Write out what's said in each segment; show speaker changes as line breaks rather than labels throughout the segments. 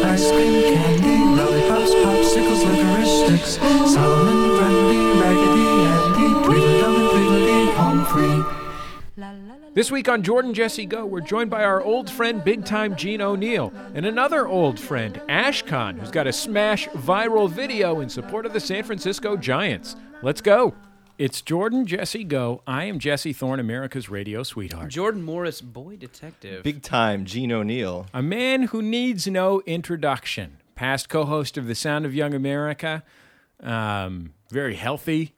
ice cream, candy, lollipops, popsicles, licorice sticks, Solomon, Grundy, Raggedy Andy, Tweedledum and Tweedledee, home free.
This week on Jordan Jesse Go, we're joined by our old friend, big time Gene O'Neill, and another old friend, Ash Khan, who's got a smash viral video in support of the San Francisco Giants. Let's go. It's Jordan Jesse Go. I am Jesse Thorne, America's radio sweetheart.
Jordan Morris, boy detective.
Big time Gene O'Neill.
A man who needs no introduction. Past co host of The Sound of Young America, um, very healthy,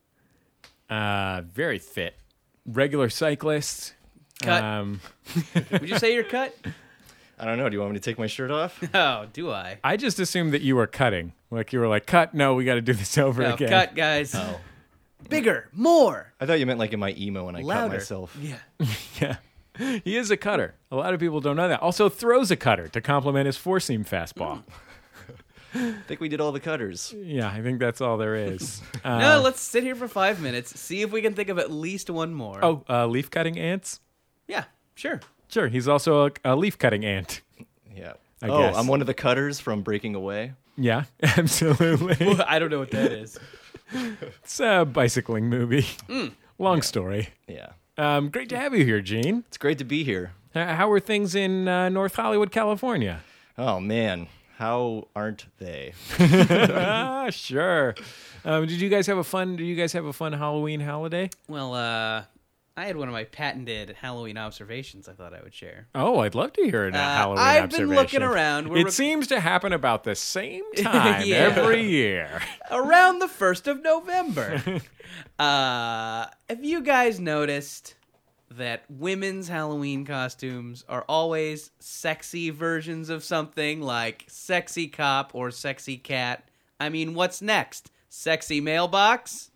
uh, very fit, regular cyclist.
Cut.
Um,
Uh, Would you say you're cut?
I don't know. Do you want me to take my shirt off?
Oh, do I?
I just assumed that you were cutting. Like you were like, cut, no, we got to do this over
No,
again.
Oh, cut, guys. Bigger, more,
I thought you meant like in my emo when I
louder.
cut myself.
Yeah.
Yeah. He is a cutter. A lot of people don't know that. Also throws a cutter to complement his four seam
Mm.
fastball.
I think we did all the cutters.
Yeah, I think that's all there is. Uh,
No, let's sit here for five minutes, see if we can think of at least one more.
oh, uh, leaf cutting ants?
yeah, sure.
Sure, he's also a, a leaf cutting ant.
Yeah.
I
oh,
guess.
I'm one of the cutters from Breaking Away.
Yeah, absolutely.
I don't know what that is.
it's a bicycling movie. Long story.
Yeah.
Um, great to have you here, Gene.
It's great to be here.
H- how are things in uh, North Hollywood, California?
Oh, man. How aren't they?
Ah, sure. Um, did you guys have a fun? Did you guys have a fun Halloween holiday?
Well, uh, I had one of my patented Halloween observations I thought I would share.
Oh, I'd love to hear an
Uh,
Halloween
I've been
observation.
looking around. We're
it
rec-
seems to happen about the same time
Yeah.
every year.
around the 1st of November. uh, have you guys noticed that women's Halloween costumes are always sexy versions of something like sexy cop or sexy cat? I mean, what's next? Sexy mailbox?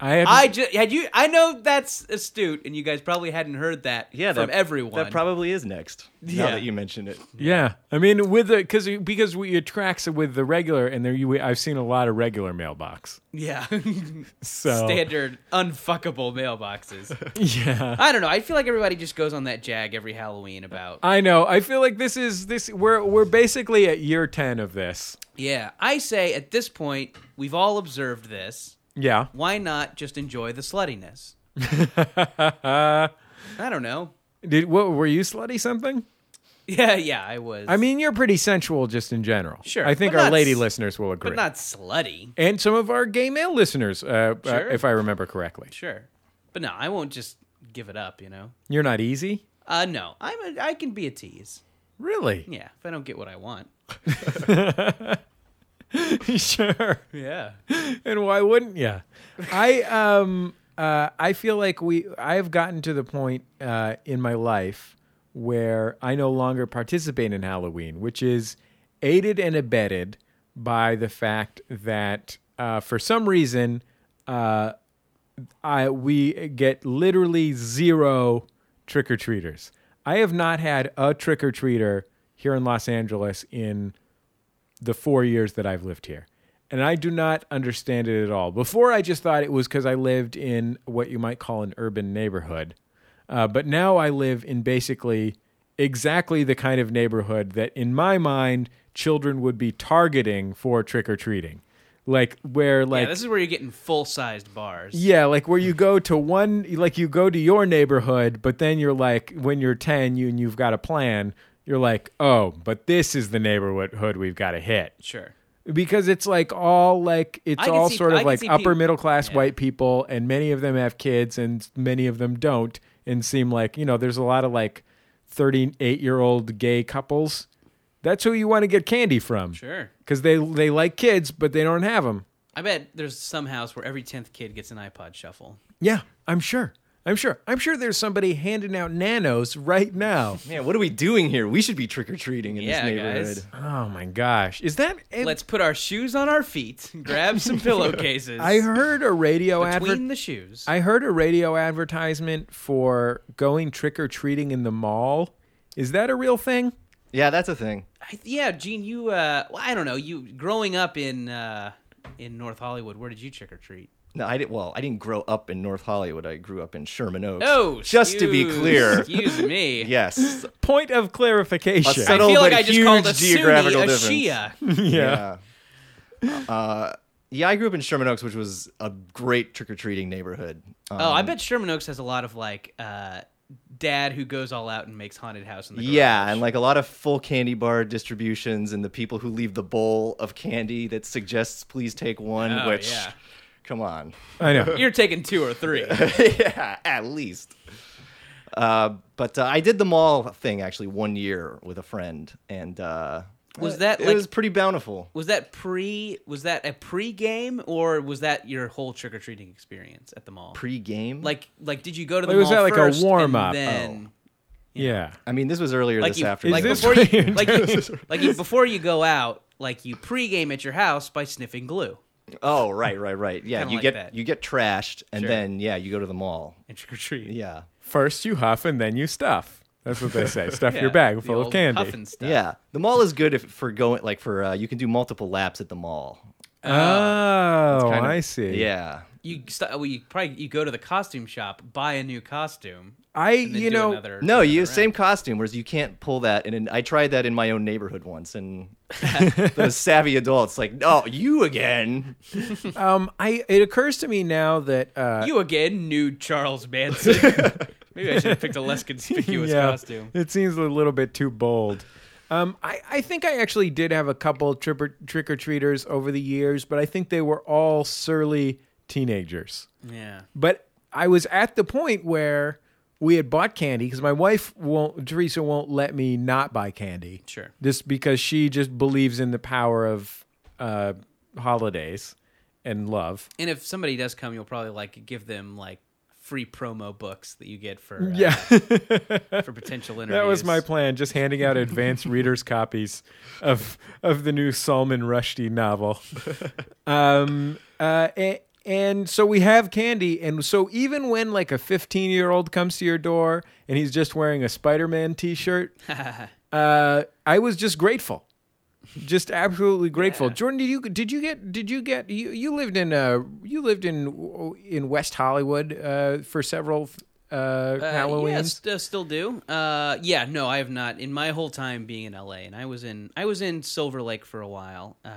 I have.
I just had you I know that's astute and you guys probably hadn't heard that from
that-
everyone.
That probably is next.
Yeah.
Now that you mentioned it.
yeah, I mean, with the because because we it tracks with the regular, and there you I've seen a lot of regular mailbox.
yeah.
So
Standard unfuckable mailboxes.
yeah,
I don't know. I feel like everybody just goes on that jag every Halloween about
I know. I feel like this is this we're we're basically at year ten of this.
Yeah, I say at this point, we've all observed this.
Yeah.
Why not just enjoy the sluttiness? I don't know.
Did what were you slutty something?
Yeah, yeah, I was.
I mean, you're pretty sensual just in general.
Sure,
I think
but
our
not
lady
s-
listeners will agree.
but not slutty.
and some of our gay male listeners, uh, uh,
Sure.
if I remember correctly.
Sure. But no, I won't just give it up, you know?
You're not easy?
Uh, no, I'm a, I can be a tease.
Really?
Yeah, if I don't get what I want.
sure.
Yeah.
And why wouldn't you? I um uh I feel like we I have gotten to the point uh in my life where I no longer participate in Halloween, which is aided and abetted by the fact that uh for some reason uh I we get literally zero trick or treaters. I have not had a trick or treater here in Los Angeles in the four years that I've lived here. And I do not understand it at all. Before, I just thought it was because I lived in what you might call an urban neighborhood. Uh, but now I live in basically exactly the kind of neighborhood that, in my mind, children would be targeting for trick or treating. Like, where, like,
yeah, this is where you're getting full sized bars.
yeah, like where you go to one, like you go to your neighborhood, but then you're like, when you're 10 you, and you've got a plan, you're like, oh, but this is the neighborhood hood we've got to hit.
Sure.
Because it's like all like,
I
it's
can
all
see-
sort
I
of
can
like
see
upper
peop-
middle class
yeah.
white people, and many of them have kids and many of them don't, and seem like, you know, there's a lot of like 38 year old gay couples. That's who you want to get candy from.
Sure.
Because they, they like kids, but they don't have them.
I bet there's some house where every 10th kid gets an iPod shuffle.
Yeah, I'm sure. I'm sure. I'm sure there's somebody handing out nanos right now.
Man, what are we doing here? We should be trick or treating in
Yeah,
this neighborhood.
guys.
oh my gosh. Is that it?
Let's put our shoes on our feet, grab some pillowcases.
I heard a radio advert
between the shoes.
I heard a radio advertisement for going trick or treating in the mall Is that a real thing?
Yeah, that's a thing.
I, yeah, Gene, you. Uh, well, I don't know. You growing up in uh, in North Hollywood, where did you trick or treat?
No, I didn't. Well, I didn't grow up in North Hollywood. I grew up in Sherman Oaks.
Oh,
just to be
excuse-
clear,
excuse me.
yes,
Point of clarification.
A
I
subtle-
feel like
But a
I just
huge
called a Sunni
geographical
a
difference.
Shia.
yeah. Uh, yeah, I grew up in Sherman Oaks, which was a great trick or treating neighborhood. Um,
Oh, I bet Sherman Oaks has a lot of like uh, dad who goes all out and makes haunted house in the garage.
Yeah, and like a lot of full candy bar distributions, and the people who leave the bowl of candy that suggests please take one.
Oh,
which,
yeah.
come on,
I know.
You're taking two or three.
yeah, at least. Uh, but uh, I did the mall thing actually one year with a friend, and uh,
Was that
it
like-
was pretty bountiful.
Was that pre? Was that a pre-game or was that your whole trick or treating experience at the mall?
Pre-game,
like, like, Oh. did you go to the
Like, was
mall
that like a
first and
warm-up?
Then,
yeah.
I mean, this was earlier
like,
this
you,
afternoon.
like
Is this
before you,
right?
like, you- like you, before you go out, like you pre-game at your house by sniffing glue
oh, right, right, right. Yeah,
Kinda
you
like
get
that.
you get trashed, and
Sure.
then yeah, you go to the mall.
and trick or treat.
Yeah,
First you huff and then you stuff. That's what they say. stuff
Yeah,
your bag
the
full of
old
candy.
puff and stuff.
yeah. The mall is good if for going like for uh, you can do multiple laps at the mall.
Oh,
kind of-
I see.
Yeah.
you st- well, you probably you go to the costume shop, buy a new costume.
I,
and then
you
do
know,
another,
No,
another
you
round.
same costume. Whereas you can't pull that. And in- I tried that in my own neighborhood once, and those savvy adults like, "No, you again."
um, I it occurs to me now that uh,
You again, nude Charles Manson. Maybe I should have picked a less conspicuous costume.
It seems a little bit too bold. Um, I, I think I actually did have a couple trick or treaters over the years, but I think they were all surly teenagers.
Yeah.
But I was at the point where we had bought candy because my wife won't, Teresa won't let me not buy candy.
Sure.
Just because she just believes in the power of uh, holidays and love.
And if somebody does come, you'll probably like give them like free promo books that you get for uh,
Yeah.
for potential interviews.
That was my plan, just handing out advanced readers copies of of the new Salman Rushdie novel. Um, uh, a- and so we have candy, and so even when like a fifteen year old comes to your door and he's just wearing a Spider Man T shirt, uh, I was just grateful, just absolutely grateful. Jordan, did you did you get did you get you, you lived in uh you lived in in West Hollywood uh, for several uh, Halloweens?
Yeah, st- still do. Uh, yeah, no, I have not in my whole time being in LA, and I was in I was in Silver Lake for a while. Uh,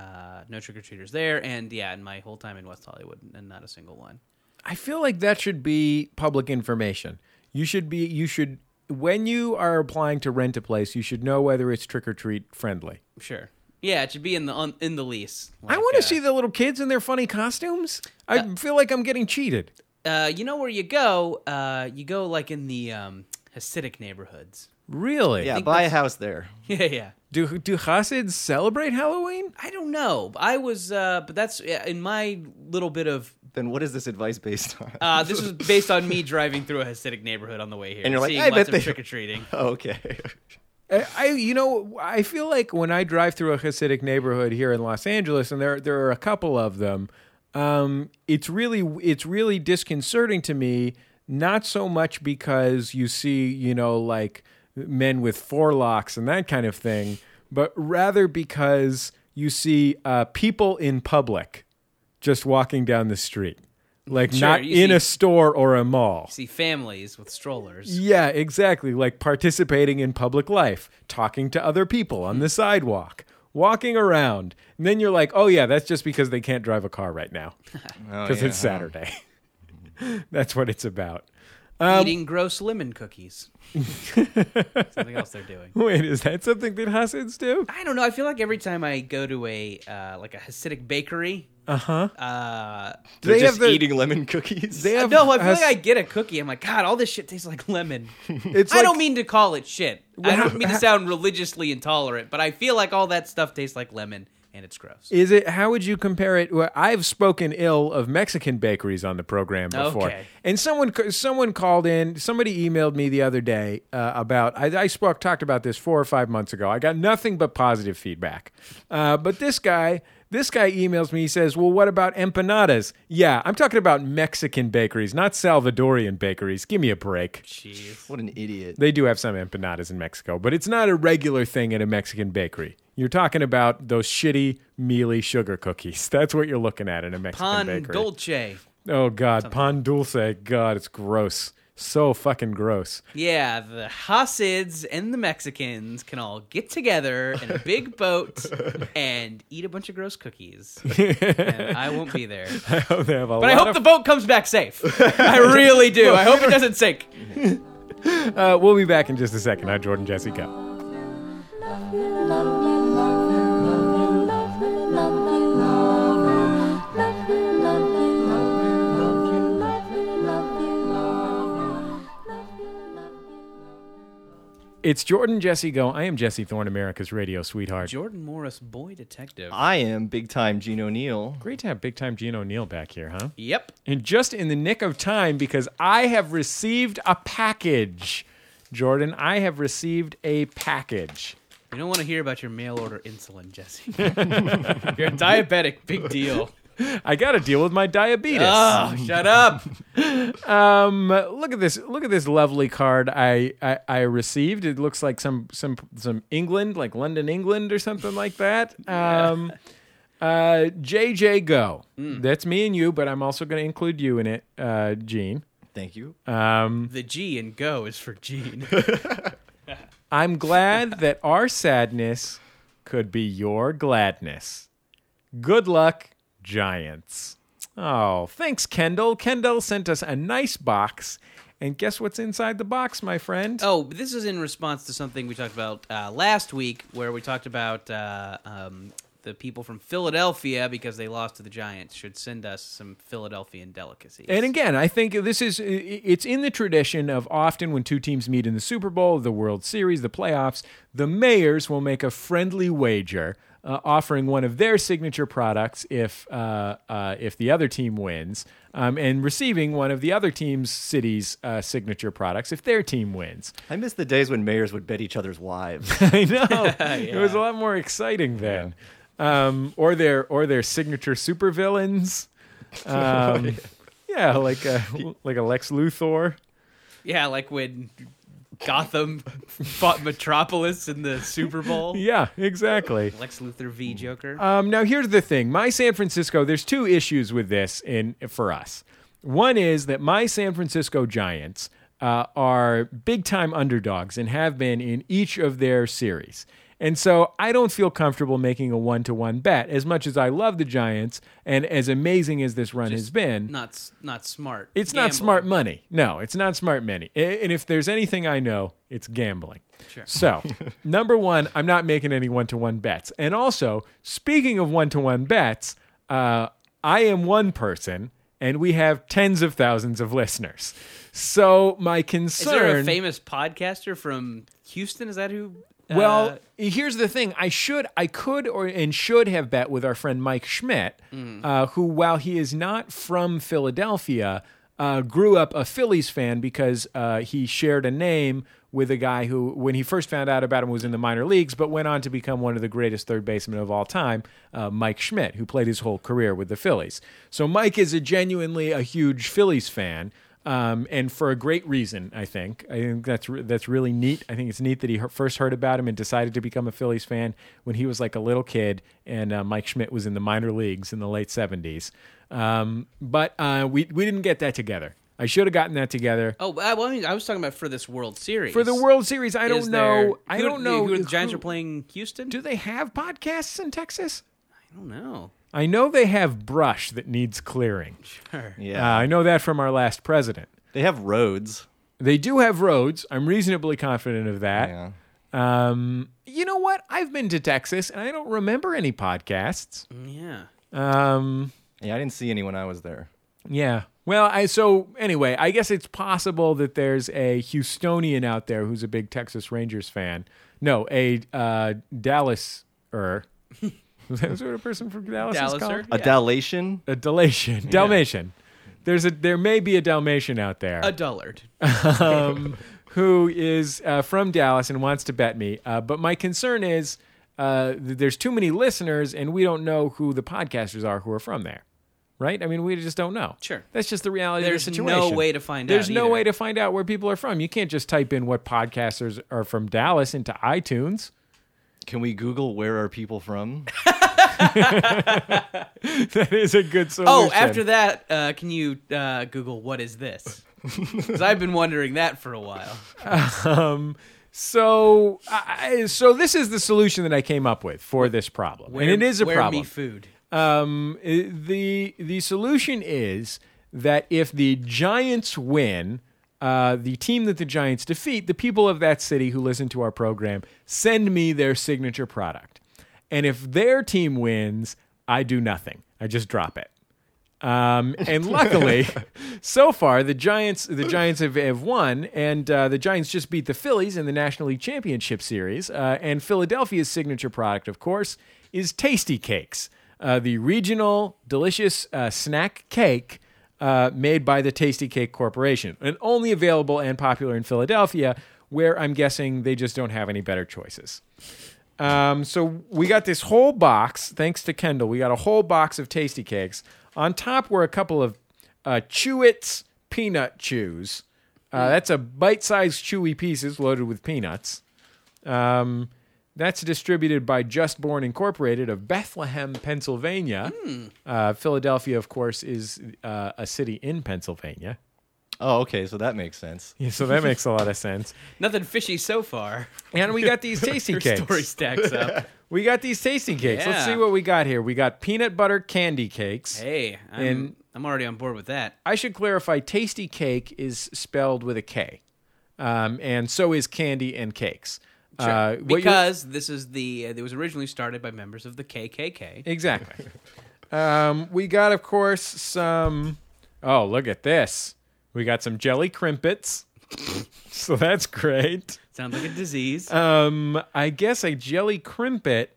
no trick or treaters there, and yeah, in my whole time in West Hollywood, and not a single one.
I feel like that should be public information. You should be you should when you are applying to rent a place, you should know whether it's trick or treat friendly.
Sure. Yeah, it should be in the on, in the lease.
I
Like,
want to
uh,
see the little kids in their funny costumes. I feel like I'm getting cheated.
Uh, you know where you go? Uh, you go like in the um, Hasidic neighborhoods.
Really?
Yeah, buy a house there.
Yeah, yeah.
Do do Hasids celebrate Halloween?
I don't know. I was, uh, but that's yeah, in my little bit of.
Then what is this advice based on?
Uh, this was based on me driving through a Hasidic neighborhood on the way here,
And you're like,
seeing
I
lots
bet
of
they-
trick or treating.
Oh, okay.
I I- you know I feel like when I drive through a Hasidic neighborhood here in Los Angeles, and there there are a couple of them. Um, it's really it's really disconcerting to me. Not so much because you see you know like men with forelocks and that kind of thing, but rather because you see uh, people in public just walking down the street, like
Sure,
not
you
in a
see-
store or a mall.
See families with strollers.
Yeah, exactly. Like participating in public life, talking to other people on the sidewalk, walking around. And then you're like, oh, yeah, that's just because they can't drive a car right now
Oh,
because it's Saturday. that's what it's about. Um,
eating gross lemon cookies. Something else they're doing.
Wait, is that something that Hasids do?
I don't know. I feel like every time I go to a uh, like a Hasidic bakery, uh-huh. uh
Do
They're
they
just
have the-
eating lemon cookies.
They have
No, I feel
Has-
like I get a cookie. I'm like, God, all this shit tastes like lemon.
It's
I
like-
don't mean to call it shit. I
how-
don't mean to
how-
sound religiously intolerant, but I feel like all that stuff tastes like lemon, and it's gross.
Is it? How would you compare it? Well, I've spoken ill of Mexican bakeries on the program before,
Okay.
and someone someone called in. Somebody emailed me the other day uh, about. I, I spoke talked about this four or five months ago. I got nothing but positive feedback. Uh, but this guy. This guy emails me. He says, "Well, what about empanadas? Yeah, I'm talking about Mexican bakeries, not Salvadorian bakeries. Give me a break.
Jeez.
What an idiot.
They do have some empanadas in Mexico, but it's not a regular thing at a Mexican bakery. You're talking about those shitty, mealy sugar cookies. That's what you're looking at in a Mexican
Pan
bakery.
Dolce.
oh, God. Pan dulce. God, it's gross. So fucking gross.
Yeah, the Hasids and the Mexicans can all get together in a big boat and eat a bunch of gross cookies. and I won't be there.
I hope they have a
But I
lot
hope
of
the boat comes back safe. I really do. I hope it doesn't sink.
Uh, we'll be back in just a second. I'm Jordan Jesse Go. It's Jordan Jesse Go. I am Jesse Thorne, America's radio sweetheart.
Jordan Morris, boy detective.
I am big time Gene O'Neill.
Great to have big time Gene O'Neill back here, huh?
Yep.
And just in the nick of time, because I have received a package. Jordan, I have received a package.
You don't want to hear about your mail order insulin, Jesse. You're diabetic. Big deal.
I got to deal with my diabetes.
Oh, shut up.
Um, look at this! Look at this lovely card I, I I received. It looks like some some some England, like London, England, or something like that. Um, uh, JJ Go. That's me and you, but I'm also going to include you in it, uh, Gene.
Thank you.
The G in go is for Gene.
I'm glad that our sadness could be your gladness. Good luck, Giants. Oh, thanks, Kendall. Kendall sent us a nice box. And guess what's inside the box, my friend?
Oh, but this is in response to something we talked about uh, last week, where we talked about uh, um, the people from Philadelphia because they lost to the Giants should send us some Philadelphian delicacies.
And again, I think this is it's in the tradition of often when two teams meet in the Super Bowl, the World Series, the playoffs, the mayors will make a friendly wager. Uh, offering one of their signature products if uh, uh, if the other team wins, um, and receiving one of the other team's city's uh, signature products if their team wins.
I miss the days when mayors would bet each other's wives.
I know
Uh,
it was a lot more exciting then, um, or their or their signature supervillains. Um, yeah, like a, like a Lex Luthor.
yeah, like when Gotham fought Metropolis in the Super Bowl.
Yeah, exactly.
Lex Luthor v Joker.
Um, now here's the thing: my San Francisco. There's two issues with this in for us. One is that my San Francisco Giants uh, are big time underdogs and have been in each of their series. And so I don't feel comfortable making a one to one bet as much as I love the Giants and as amazing as this run has been.
not s- not smart.
It's not
Gambling.
smart money. No, it's not smart money. A- And if there's anything I know, it's gambling. So, number one, I'm not making any one to one bets. And also, speaking of one to one bets, uh, I am one person and we have tens of thousands of listeners. So, my
Is
concern.
there a famous podcaster from Houston? Is that who? uh,
Well, here's the thing. I should, I could, or and should have bet with our friend Mike Schmidt, uh, who, while he is not from Philadelphia, uh, grew up a Phillies fan because uh, he shared a name with a guy who, when he first found out about him, was in the minor leagues, but went on to become one of the greatest third basemen of all time, uh, Mike Schmidt, who played his whole career with the Phillies. So Mike is a genuinely a huge Phillies fan um, and for a great reason. I think I think that's re- that's really neat. I think it's neat that he he- first heard about him and decided to become a Phillies fan when he was like a little kid, and uh, Mike Schmidt was in the minor leagues in the late seventies. Um, but uh, we we didn't get that together. I should have gotten that together.
Oh, uh, well, I, mean, I was talking about for this World Series.
For the World Series, I
Is
don't
there-
know. I
who-
don't know.
Who, the Giants
who-
are playing Houston?
Do they have podcasts in Texas?
I don't know.
I know they have brush that needs clearing.
Sure.
Uh,
yeah.
I know that from our last president.
they have roads.
They do have roads. I'm reasonably confident of that.
Yeah.
Um, you know what? I've been to Texas and I don't remember any podcasts.
Yeah.
Um,
Yeah, I didn't see any when I was there.
yeah. Well, I so anyway, I guess it's possible that there's a Houstonian out there who's a big Texas Rangers fan. No, a uh, Dallas er Is that what a person from Dallas is
Dallas
called?
or-
A
Yeah.
Dalatian?
A Dalmatian. Dalmatian. There's a there may be a Dalmatian out there
A dullard.
um, who is uh, from Dallas and wants to bet me. Uh, but my concern is uh, th- there's too many listeners, and we don't know who the podcasters are who are from there. Right? I mean, we just don't know.
Sure.
That's just the reality
There's
of the
no
situation.
way to find
There's
out
no
either.
way to find out where people are from. You can't just type in what podcasters are from Dallas into iTunes.
Can we Google where are people from?
that is a good solution.
Oh, after that, uh, can you uh, Google what is this? Because I've been wondering that for a while.
Um, so, I, I- so this is the solution that I came up with for this problem,
Where,
and it is a
where
problem.
me food.
um, i- the the solution is that if the Giants win, uh, the team that the Giants defeat, the people of that city who listen to our program send me their signature product, and if their team wins, I do nothing. I just drop it. Um, and luckily, so far the Giants the Giants have, have won, and uh, the Giants just beat the Phillies in the National League Championship Series. Uh, and Philadelphia's signature product, of course, is Tasty Cakes, uh, the regional delicious uh, snack cake uh, made by the Tasty Cake Corporation, and only available and popular in Philadelphia, where I'm guessing they just don't have any better choices. Um, so we got this whole box, thanks to Kendall. We got a whole box of tasty cakes. On top were a couple of uh, Chewits peanut chews. Uh, that's a bite-sized chewy pieces loaded with peanuts. Um, that's distributed by Just Born Incorporated of Bethlehem, Pennsylvania. Uh, Philadelphia, of course, is uh, a city in Pennsylvania,
Oh, okay, so that makes sense.
Yeah, so that makes a lot of sense.
Nothing fishy so far.
And we got these tasty
Your
cakes.
story stacks up.
We got these tasty cakes. Let's
Yeah.
see what we got here. We got peanut butter candy cakes.
Hey, I'm,
And-
I'm already on board with that.
I should clarify tasty cake is spelled with a K. Um, and so is candy and cakes.
Sure.
Uh, what you-
because this is the uh, it was originally started by members of the KKK.
exactly. um, we got, of course, some. Oh, look at this. We got some jelly crimpets. so that's great.
Sounds like a disease.
Um, I guess a jelly crimpet.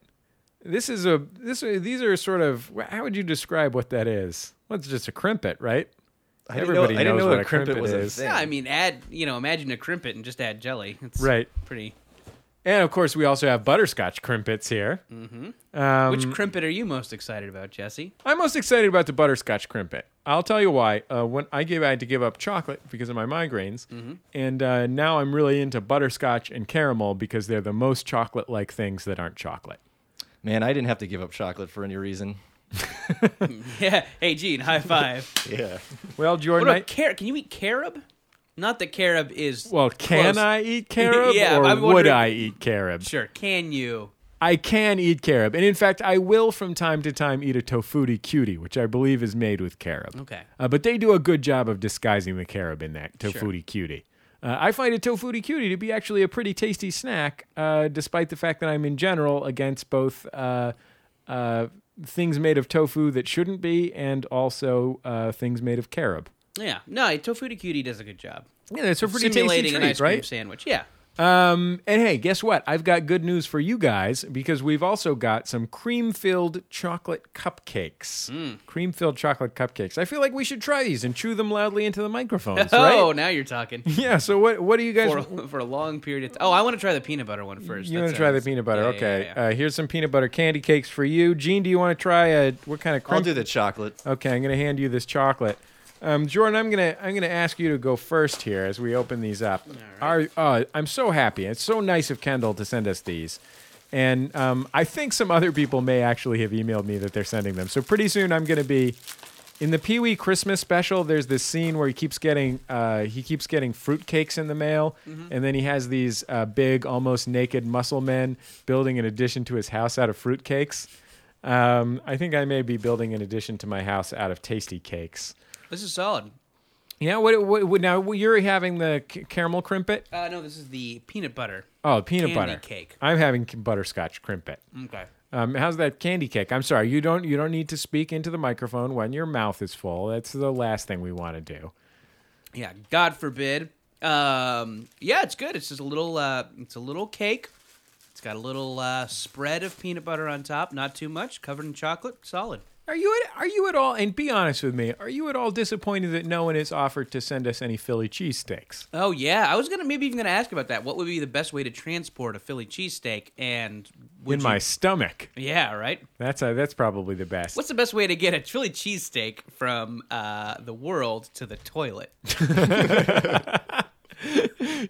This is a this. These are sort of. How would you describe what that is? Well, it's just a crimpet, right?
I didn't
Everybody
know, I didn't
knows
know
what
a
a
crimpet,
crimpet
was
is.
a thing.
yeah, I mean, add you know, imagine a crimpet and just add jelly. It's
Right.
Pretty.
And of course, we also have butterscotch crimpets here.
Mm.
Um,
Which crimpet are you most excited about, Jesse?
I'm most excited about the butterscotch crimpet. I'll tell you why. Uh, when I gave, I had to give up chocolate because of my migraines,
Mm-hmm.
and uh, now I'm really into butterscotch and caramel because they're the most chocolate-like things that aren't chocolate.
Man, I didn't have to give up chocolate for any reason.
Yeah. Hey, Gene, high five.
Yeah.
Well,
what
Jordan, I,
about carrot? Can you eat carob? Not that carob is
well, can
close.
I eat carob,
Yeah,
or
I'm
would
wondering-
I eat carob?
Sure. Can you?
I can eat carob, and in fact, I will from time to time eat a tofuti cutie, which I believe is made with carob.
Okay.
Uh, but they do a good job of disguising the carob in that tofuti cutie. Uh, I find a tofuti cutie to be actually a pretty tasty snack, uh, despite the fact that I'm in general against both uh, uh, things made of tofu that shouldn't be, and also uh, things made of carob.
Yeah. No, tofu to cutie does a good job.
Yeah, that's a pretty tasty
Simulating
treat,
an ice cream
right?
sandwich. Yeah.
Um, and hey, guess what? I've got good news for you guys because we've also got some cream filled chocolate cupcakes.
Mm.
Cream filled chocolate cupcakes. I feel like we should try these and chew them loudly into the microphones,
Oh,
right?
now you're talking.
Yeah, so what what do you guys
For, for a long period of time. Oh, I want to try the peanut butter one first.
you
That
want to try the
sounds-
peanut butter?
Yeah, yeah,
okay.
yeah, yeah.
Uh, here's some peanut butter candy cakes for you. Gene, do you want to try a what kind of
I'll
crunch?
do the chocolate.
Okay, I'm gonna hand you this chocolate. Um, Jordan, I'm gonna I'm gonna ask you to go first here as we open these up. Our- uh, I'm so happy. It's so nice of Kendall to send us these, and um, I think some other people may actually have emailed me that they're sending them. So pretty soon I'm gonna be in the Pee Wee Christmas special. There's this scene where he keeps getting uh, he keeps getting fruitcakes in the mail,
Mm-hmm.
and then he has these uh, big, almost naked muscle men building an addition to his house out of fruitcakes. Um, I think I may be building an addition to my house out of tasty cakes.
This is solid.
Yeah, what, what, what now? You're having the c- caramel crimpet.
Uh, no, this is the peanut butter.
Oh, peanut
Candy
butter
cake.
I'm having c- butterscotch crimpet.
Okay.
Um, how's that candy cake? I'm sorry, you don't you don't need to speak into the microphone when your mouth is full. That's the last thing we want to do.
Yeah. God forbid. Um, yeah, it's good. It's just a little. Uh, it's a little cake. It's It's got a little uh, spread of peanut butter on top, not too much, covered in chocolate, solid.
Are you at, are you at all? And be honest with me. Are you at all disappointed that no one has offered to send us any Philly cheesesteaks?
Oh yeah, I was gonna maybe even gonna ask about that. What would be the best way to transport a Philly cheesesteak? And would
In
you-
my stomach.
yeah, right.
That's uh that's probably the best.
What's the best way to get a Philly cheesesteak from uh, the world to the toilet?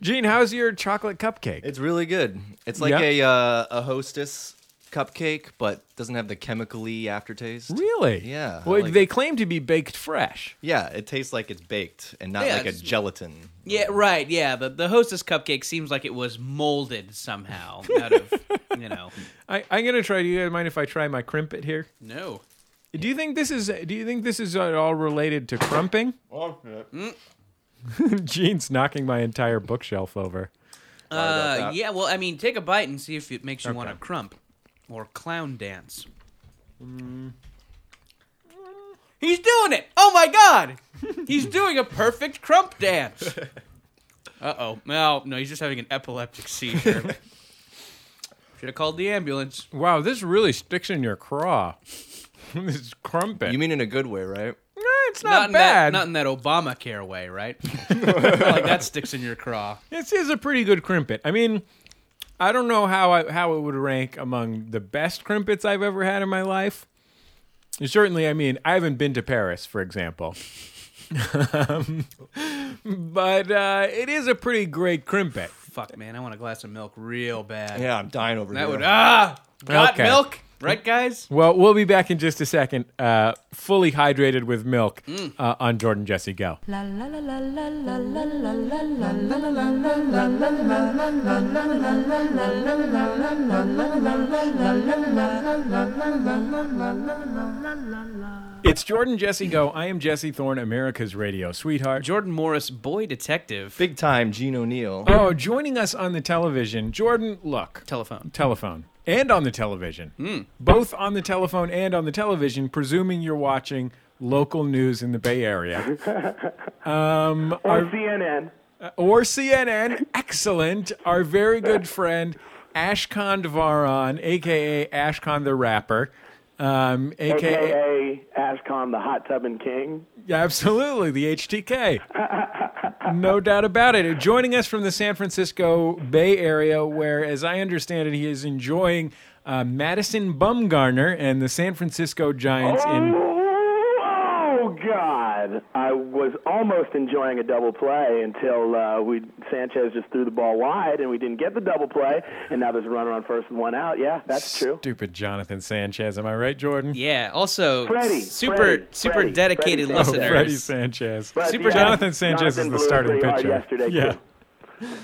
Gene, how's your chocolate cupcake?
It's really good. It's like
Yeah.
a uh, a hostess cupcake, but doesn't have the chemically aftertaste.
really?
Yeah, I
Well,
like
they
it.
claim to be baked fresh.
Yeah, it tastes like it's baked and not
Yeah,
like a
it's-
gelatin.
Yeah, right. Yeah, the the hostess cupcake seems like it was molded somehow out of you know.
I, I'm gonna try. Do you guys mind if I try my crimpet here?
No.
Do you think this is? Do you think this is at all related to crumping?
Mm.
Gene's knocking my entire bookshelf over.
about
Uh,
that.
yeah, well, I mean, take a bite and see if it makes you want to crump or clown dance.
Mm.
He's doing it! Oh my god! He's doing a perfect crump dance. Uh oh. No, no, he's just having an epileptic seizure. Should have called the ambulance.
Wow, this really sticks in your craw. this is crumpet.
You mean in a good way, right?
no, it's not,
in
bad.
that not in that Obamacare way, right? like that sticks in your craw.
This is a pretty good crimpet. I mean, I don't know how I, how it would rank among the best crimpets I've ever had in my life. Certainly, I mean, I haven't been to Paris, for example. um, but uh, it is a pretty great crimpet.
Fuck man, I want a glass of milk real bad.
Yeah, I'm dying over
That
here.
would ah got
Okay.
milk, right guys?
Well, we'll be back in just a second, uh, fully hydrated with milk uh, on Jordan Jesse Go.
La la la la la la la la la la la.
It's Jordan Jesse Go. I am Jesse Thorne, America's radio sweetheart.
Jordan Morris, boy detective.
Big time, Gene O'Neill.
Oh, joining us on the television, Jordan, look.
telephone.
telephone and on the television. Both on the telephone and on the television, presuming you're watching local news in the Bay Area
Or CNN.
or CNN. Excellent. Our very good friend Ashkan Dvaron, aka Ashkan the rapper. Um, AKA,
AKA Ashcon, the hot tubbing king.
absolutely the HTK, no doubt about it. Joining us from the San Francisco Bay Area, where, as I understand it, he is enjoying uh, Madison Bumgarner and the San Francisco Giants in
Oh, God. I was almost enjoying a double play until uh, we Sanchez just threw the ball wide and we didn't get the double play. And now there's a runner on first and one out. Yeah, that's true.
Stupid Jonathan Sanchez. Am I right, Jordan?
Yeah. Also,
Freddy,
super
Freddy,
super
Freddy,
dedicated
Freddy
Oh,
Sanchez.
listeners. Uh,
Freddie Sanchez.
But,
Super
yeah,
Jonathan Sanchez
Jonathan
is the
blew it
starting
pretty hard
pitcher.
Yesterday,
yeah.
too.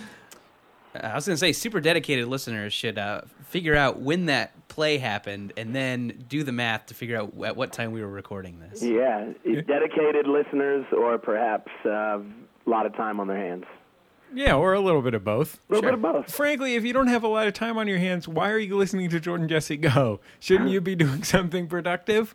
I was gonna say super dedicated listeners should uh, figure out when that play happened and then do the math to figure out at what time we were recording this.
Yeah, dedicated listeners or perhaps uh, a lot of time on their hands.
Yeah, or a little bit of both.
A little bit of both.
Frankly, if you don't have a lot of time on your hands, why are you listening to Jordan Jesse Go? Shouldn't you be doing something productive?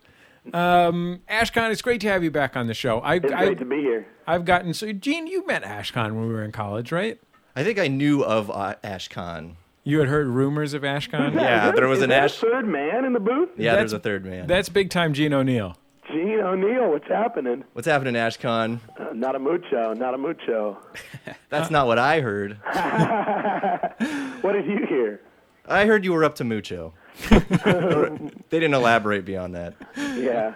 Um, Ashcon, it's great to have you back on the show. I,
It's
I,
great to be here.
I've gotten so. Gene, you met Ashcon when we were in college, right?
I think I knew of uh, Ash Khan.
You had heard rumors of Ashcon.
Yeah, there was
Is
an
there a
Ash.
third man in the booth?
Yeah,
That's-
there's a third man.
That's big time Gene O'Neill.
Gene O'Neill, what's happening?
What's happening, Ash Khan?
Uh, not a mucho, not a mucho.
That's
Uh,
not what I heard.
What did you hear?
I heard you were up to mucho. they didn't elaborate beyond that.
Yeah.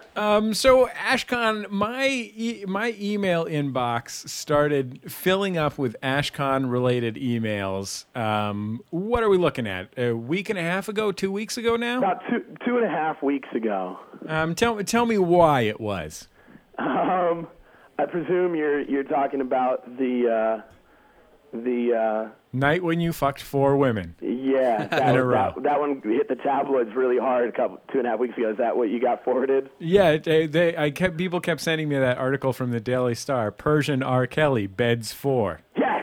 So Ashcon, my e- my email inbox started filling up with Ashcon related emails. Um, what are we looking at? A week and a half ago, two weeks ago now.
About two two and a half weeks ago.
Um, tell tell me why it was.
Um, I presume you're you're talking about the uh, the uh,
Night when you fucked four women.
yeah that,
In a
one-
row.
that that one hit the tabloids really hard a couple two and a half weeks ago. Is that what you got forwarded?
Yeah, they, they I kept people kept sending me that article from the Daily Star. Persian R. Kelly beds four.
Yes.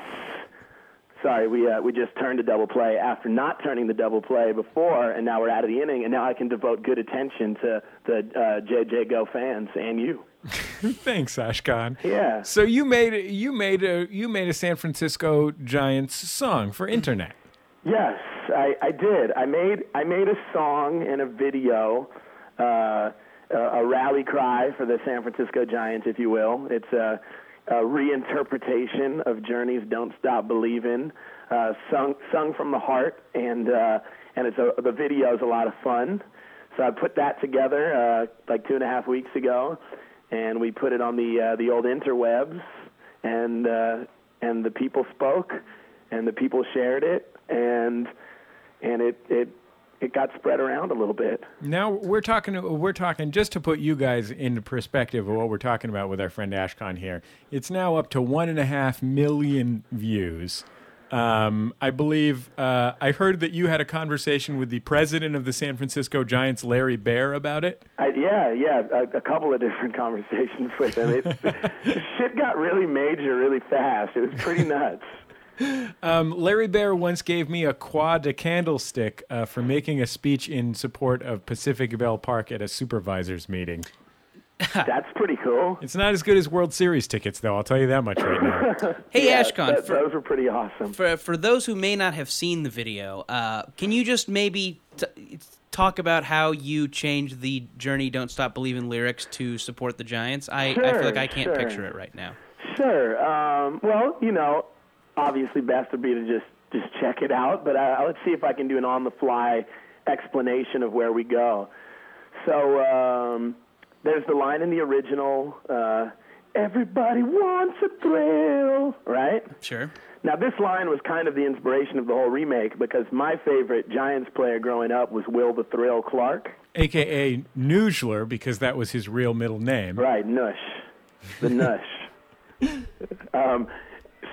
Sorry, we uh, we just turned a double play after not turning the double play before, and now we're out of the inning, and now I can devote good attention to the uh, JJ Go fans and you.
Thanks, Ashcon.
Yeah.
So you made you made a you made a San Francisco Giants song for internet.
Yes, I, I did. I made I made a song and a video, uh, a, a rally cry for the San Francisco Giants, if you will. It's a, a reinterpretation of Journey's "Don't Stop Believin'," uh, sung sung from the heart, and uh, and it's a, the video is a lot of fun. So I put that together uh, like two and a half weeks ago, and we put it on the uh, the old interwebs, and uh, and the people spoke, and the people shared it, and and it it it got spread around a little bit.
Now we're talking. We're talking just to put you guys into perspective of what we're talking about with our friend Ashcon here. It's now up to one and a half million views. Um, I believe uh, I heard that you had a conversation with the president of the San Francisco Giants, Larry Bear, about it.
I, yeah, yeah, a, a couple of different conversations with him. It, shit got really major really fast. It was pretty nuts.
Um, Larry Bear once gave me a quad to candlestick uh, for making a speech in support of Pacific Bell Park at a supervisors meeting.
That's pretty cool.
It's not as good as World Series tickets, though. I'll tell you that much right now.
Hey,
Yeah,
Ashcon,
that-
for,
those were pretty awesome.
for for those who may not have seen the video, uh, can you just maybe t- talk about how you changed the "Journey Don't Stop Believing" lyrics to support the Giants? I, I feel
Sure,
like I can't
sure.
picture it right now.
Sure. Um, well, you know, obviously best would be to just just check it out, but I, let's see if I can do an on the fly explanation of where we go. So um, there's the line in the original. Uh, Everybody wants a thrill, right?
Sure.
Now, this line was kind of the inspiration of the whole remake because my favorite Giants player growing up was Will the Thrill Clark.
AKA Nugler, because that was his real middle name.
Right, Nush. The Nush. um,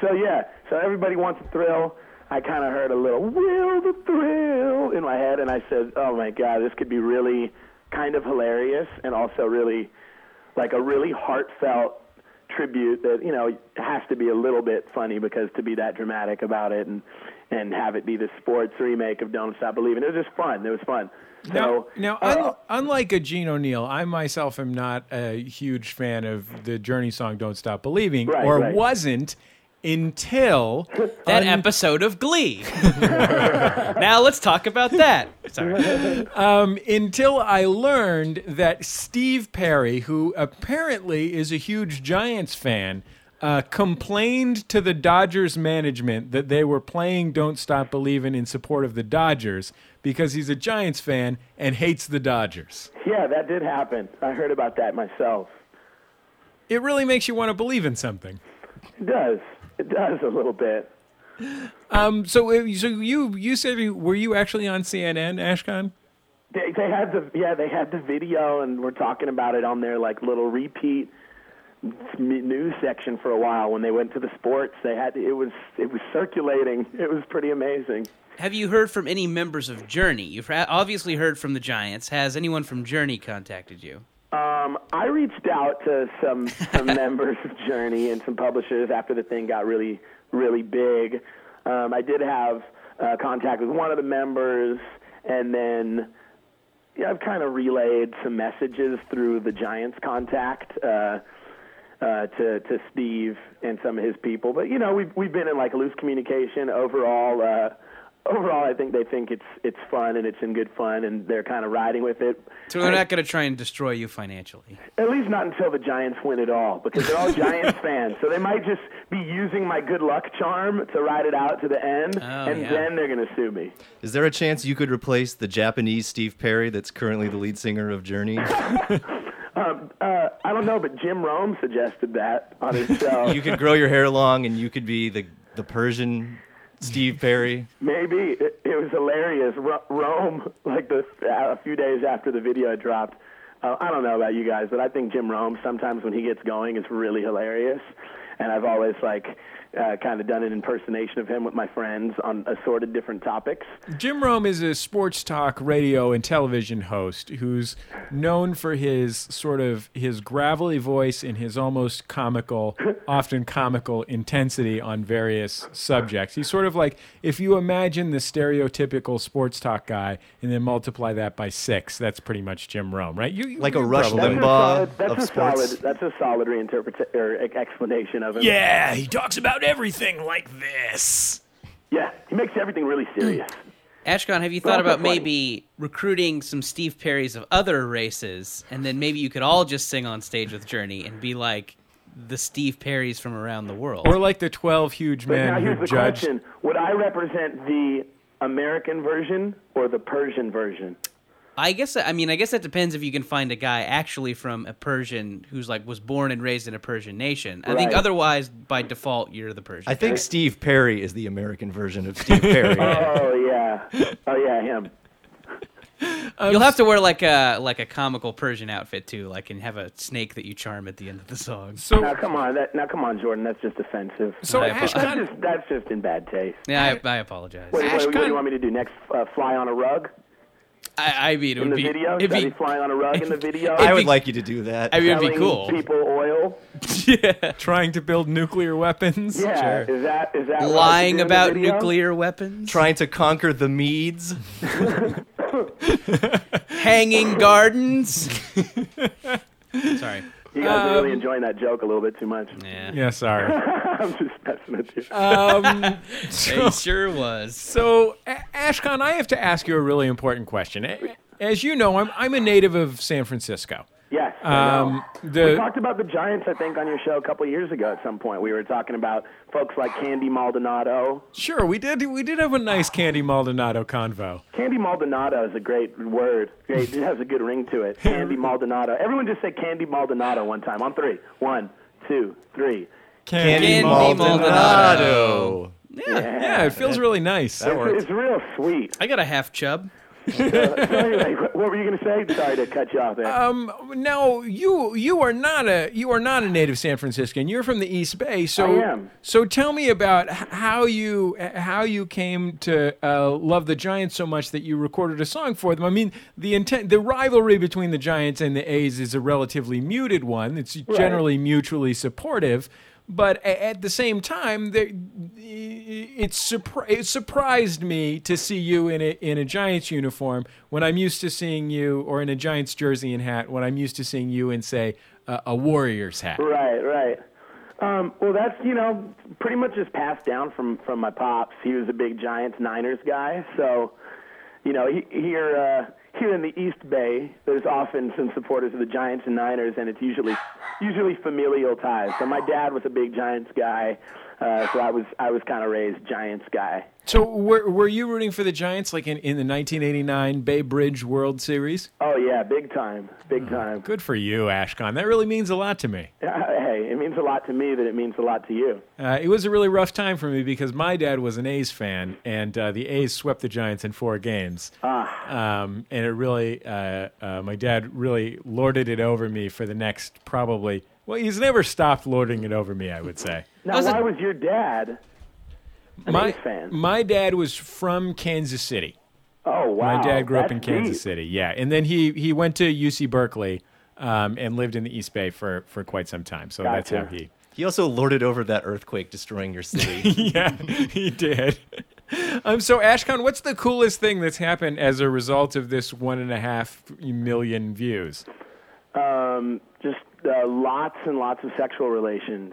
so, yeah, so everybody wants a thrill. I kind of heard a little, Will the Thrill, in my head, and I said, oh my God, this could be really kind of hilarious and also really, like, a really heartfelt tribute that, you know, has to be a little bit funny because to be that dramatic about it and, and have it be the sports remake of Don't Stop Believing, it was just fun. It was fun. So,
Now, now
uh,
un- unlike a Gene O'Neill, I myself am not a huge fan of the Journey song "Don't Stop Believing,"
Right,
or
right.
wasn't until
That episode of Glee. now let's talk about that. Sorry.
um, until I learned that Steve Perry, who apparently is a huge Giants fan, uh, complained to the Dodgers management that they were playing "Don't Stop Believing" in support of the Dodgers because he's a Giants fan and hates the Dodgers.
yeah, that did happen. I heard about that myself.
It really makes you want to believe in something.
It does. It does a little bit.
Um, so, uh, so you you said you, were you actually on CNN, Ashcon?
They, they had the yeah, they had the video, and we're talking about it on their like little repeat m- news section for a while. When they went to the sports, they had it was it was circulating. It was pretty amazing.
Have you heard from any members of Journey? You've ha- obviously heard from the Giants. Has anyone from Journey contacted you?
Um, I reached out to some some members of Journey and some publishers after the thing got really really big. Um, I did have uh, contact with one of the members, and then yeah, I've kind of relayed some messages through the Giants contact uh, uh, to to Steve and some of his people. But you know, we've we've been in like loose communication overall. Uh, Overall, I think they think it's it's fun and it's in good fun, and they're kind of riding with it.
So they're
I-
not going to try and destroy you financially.
at least not until the Giants win it all, because they're all Giants fans. So they might just be using my good luck charm to ride it out to the end, and
yeah.
then they're going to sue me.
Is there a chance you could replace the Japanese Steve Perry that's currently the lead singer of Journey?
Uh, I don't know, but Jim Rome suggested that on his show.
you could grow your hair long and you could be the the Persian Steve Perry.
Maybe it, it was hilarious. Ro- Rome, like the, a few days after the video had dropped, uh, I don't know about you guys, but I think Jim Rome sometimes when he gets going is really hilarious, and I've always like uh, kind of done an impersonation of him with my friends on assorted different topics.
Jim Rome is a sports talk radio and television host who's known for his sort of his gravelly voice and his almost comical, often comical intensity on various subjects. He's sort of like if you imagine the stereotypical sports talk guy and then multiply that by six, that's pretty much Jim Rome, right? You, you-
Like a
you
Rush
probably-
Limbaugh.
solid, that's
of
a
sports.
solid. That's a solid reinterpretation or e- explanation of it.
Yeah, he talks about everything like this.
Yeah, he makes everything really serious.
Ashcon, have you thought
also
about
funny.
maybe recruiting some Steve Perrys of other races, and then maybe you could all just sing on stage with Journey and be like the Steve Perrys from around the world?
Or like the 12 huge
But now
men
here's
who
the
judged.
question: Would I represent the American version or the Persian version?
I guess I mean I guess that depends if you can find a guy actually from a Persian who's like was born and raised in a Persian nation. I think
Right.
otherwise by default you're the Persian.
I think Steve Perry is the American version of Steve Perry.
Oh yeah, oh yeah, him.
You'll have to wear like a like a comical Persian outfit too, like and have a snake that you charm at the end of the song.
Now
So,
come on, that now come on, Jordan. That's just offensive.
so
I apo-
that's
Ashcon,
just that's just in bad taste.
Yeah, I, I apologize.
What, what, what do
Ashcon-
you want me to do next? Uh, fly on a rug
I, I mean, it
in
would
the
be
video?
it'd
Should I
be-
be flying on a rug in the video?
I would
be-
like you to do that.
I mean, it'd be
Selling
cool.
People oil.
yeah.
trying to build nuclear weapons.
Yeah,
Sure.
is that is that what I should do in
lying
the
about
video?
nuclear weapons,
Trying to conquer the Medes.
hanging gardens. Sorry.
You guys are really enjoying that joke a little bit too much.
Yeah.
Yeah, sorry.
I'm just messing with you.
It sure was.
So, A- Ashcon, I have to ask you a really important question. A- As you know, I'm, I'm a native of San Francisco.
yes. I know.
Um,
we
the,
talked about the Giants, I think, on your show a couple of years ago. At some point, we were talking about folks like Candy Maldonado.
sure, we did we did have a nice Candy Maldonado convo.
Candy Maldonado is a great word. Great, it has a good ring to it. Candy Maldonado. Everyone just say Candy Maldonado one time. On three. One, two, three.
Candy,
Candy
Maldonado.
Maldonado.
Yeah, it feels really nice.
It's, it's real sweet.
I got a half chub.
So anyway, what what were you going to say? Sorry to cut you off there.
Now you you are not a you are not a native San Franciscan. You're from the East Bay. So
I am.
so tell me about h- how you how you came to uh, love the Giants so much that you recorded a song for them. I mean the intent the rivalry between the Giants and the A's is a relatively muted one. It's generally mutually supportive. But a- at the same time, there, it, surpri- it surprised me to see you in a in a Giants uniform when I'm used to seeing you, or in a Giants jersey and hat when I'm used to seeing you in say a, a Warriors hat.
Right, right. Um, well, that's you know pretty much just passed down from from my pops. He was a big Giants Niners guy, so you know he, here uh, here in the East Bay, there's often some supporters of the Giants and Niners, and it's usually usually familial ties. So my dad was a big Giants guy, uh, so I was I was kind of raised Giants guy.
So were were you rooting for the Giants like in, in the 1989 Bay Bridge World Series?
Oh yeah, big time, big
Mm-hmm.
time.
Good for you, Ashcon. That really means a lot to me.
Hey, it means a lot to me that it means a lot to you.
Uh, it was a really rough time for me because my dad was an A's fan, and uh, the A's swept the Giants in four games.
Ah.
Um, and it really, uh, uh, my dad really lorded it over me for the next probably. Well, he's never stopped lording it over me. I would say.
Now,
Doesn't-
why was your dad? an
my
A's fan?
my dad was from Kansas City.
Oh wow,
My dad grew up in
that's
Kansas
deep.
City. Yeah, and then he he went to UC Berkeley um, and lived in the East Bay for for quite some time. So that's how
Gotcha.
he.
He also lorded over that earthquake destroying your city.
yeah, he did. Um, so, Ashcon, what's the coolest thing that's happened as a result of this one and a half million views?
Um, just uh, lots and lots of sexual relations.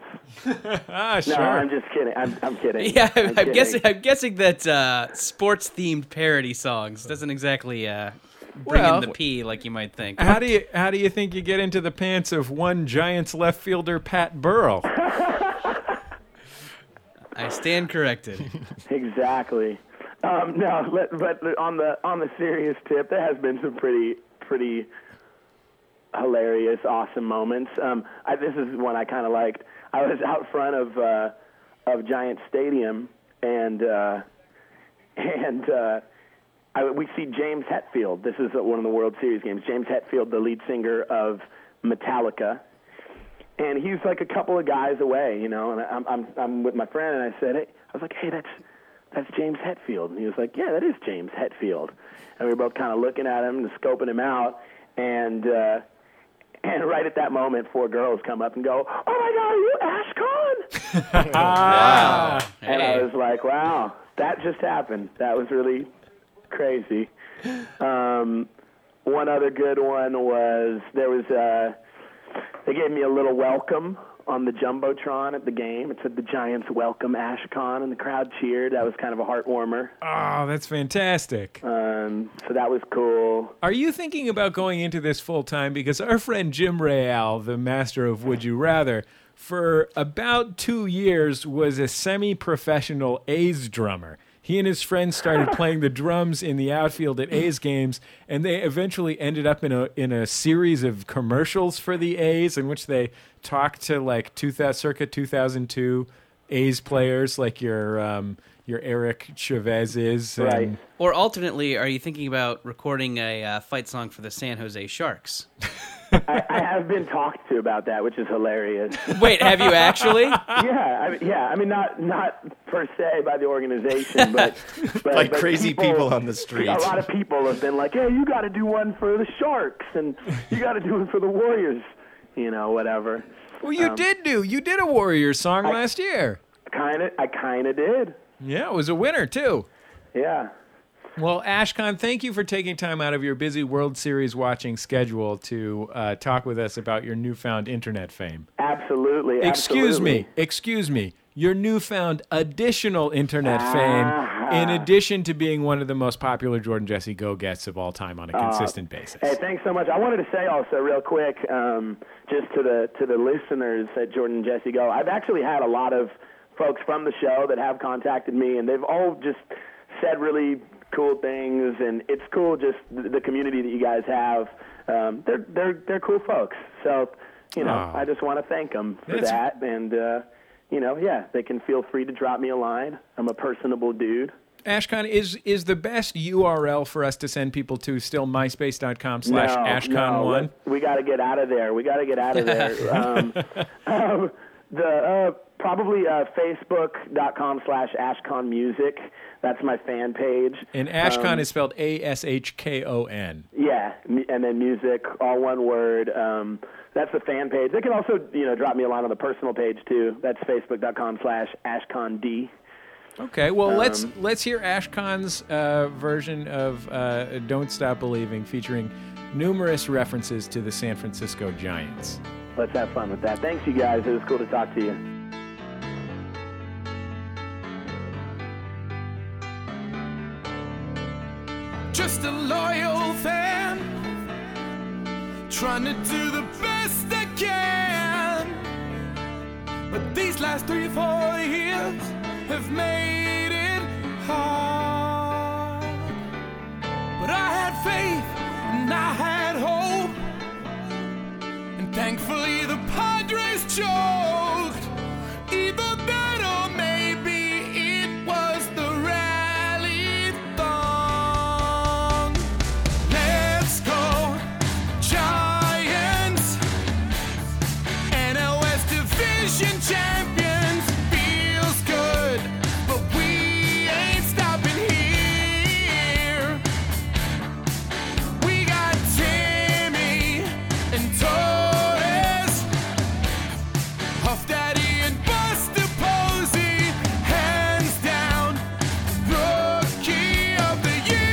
Ah,
No,
sure.
I'm just kidding. I'm, I'm kidding.
Yeah,
I'm
I'm,
kidding.
guessing. I'm guessing that uh, sports-themed parody songs doesn't exactly uh, bring
Well-
in the pee like you might think.
uh,
how do you how do you think you get into the pants of one Giants left fielder Pat Burrell?
I stand corrected.
Exactly. Um, no, let, but on the on the serious tip, there has been some pretty pretty hilarious, awesome moments. Um, I, this is one I kind of liked. I was out front of uh, of Giant Stadium, and uh, and uh, I, we see James Hetfield. This is one of the World Series games. James Hetfield, the lead singer of Metallica, and he's like a couple of guys away, you know. And I'm I'm I'm with my friend, and I said, hey, I was like, hey, that's that's James Hetfield, and he was like, yeah, that is James Hetfield, and we were both kind of looking at him and scoping him out, and uh, and right at that moment, four girls come up and go, oh my God, are you Ash Khan? And I
Hey.
was like, wow, that just happened. That was really crazy. Um, one other good one was there was uh, they gave me a little welcome on the jumbotron at the game. It said the Giants welcome Ashcon, and the crowd cheered. That was kind of a heart warmer.
Oh, that's fantastic.
Um, so that was cool.
Are you thinking about going into this full time? Because our friend Jim Real, the master of Would You Rather, for about two years was a semi professional A's drummer. He and his friends started playing the drums in the outfield at A's games, and they eventually ended up in a in a series of commercials for the A's in which they talked to like 2000, circa 2002 A's players, like your um, your Eric Chavez is, and-
Right.
Or alternately, are you thinking about recording a uh, fight song for the San Jose Sharks?
I, I have been talked to about that, which is hilarious.
Wait, have you actually?
yeah, I mean, yeah. I mean, not not per se by the organization, but, but
Like
but
crazy people on the street.
A lot of people have been like, "Hey, you got to do one for the Sharks, and you got to do one for the Warriors." You know, whatever.
Well,
Um,
you did do. You did a Warrior song last year.
Kind of, I kind of did.
Yeah, it was a winner too.
Yeah.
Well, Ashcon, thank you for taking time out of your busy World Series watching schedule to uh, talk with us about your newfound internet fame.
Absolutely.
Excuse
absolutely.
me. Excuse me. Your newfound additional internet
Ah.
fame, in addition to being one of the most popular Jordan Jesse go gets of all time on a
Uh,
consistent basis.
Hey, thanks so much. I wanted to say also real quick, um, just to the to the listeners at Jordan and Jesse Go. I've actually had a lot of folks from the show that have contacted me, and they've all just said really cool things, and it's cool just the, the community that you guys have. Um, they're they're they're cool folks. So you know,
Aw.
I just want to thank them for
That's-
that, and uh, you know, yeah, they can feel free to drop me a line. I'm a personable dude.
Ashcon, is is the best URL for us to send people to still myspace.com slash
No, no,
Ashcon1?
we- We got to get out of there. We got to get out of there. um, um, the uh, probably uh, Facebook.com slash Ashcon Music. That's my fan page.
And Ashcon is spelled A S H K O N.
Yeah, mu- and then music, all one word. Um, that's the fan page. They can also, you know, drop me a line on the personal page too. That's Facebook.com slash Ashcon D.
Okay, well let's let's hear Ashcon's uh, version of uh, "Don't Stop Believing," featuring numerous references to the San Francisco Giants.
Let's have fun with that. Thanks, you guys. It was cool to talk to you.
just a loyal fan trying to do the best I can but these last three four years have made it hard but I had faith and I had hope and thankfully the Padres choked either that or maybe it was the rally thong. Let's go, Giants, NLS Division champions. Feels good, but we ain't stopping here. We got Timmy and Torres. Puff Daddy and Buster Posey, hands down, rookie of the year.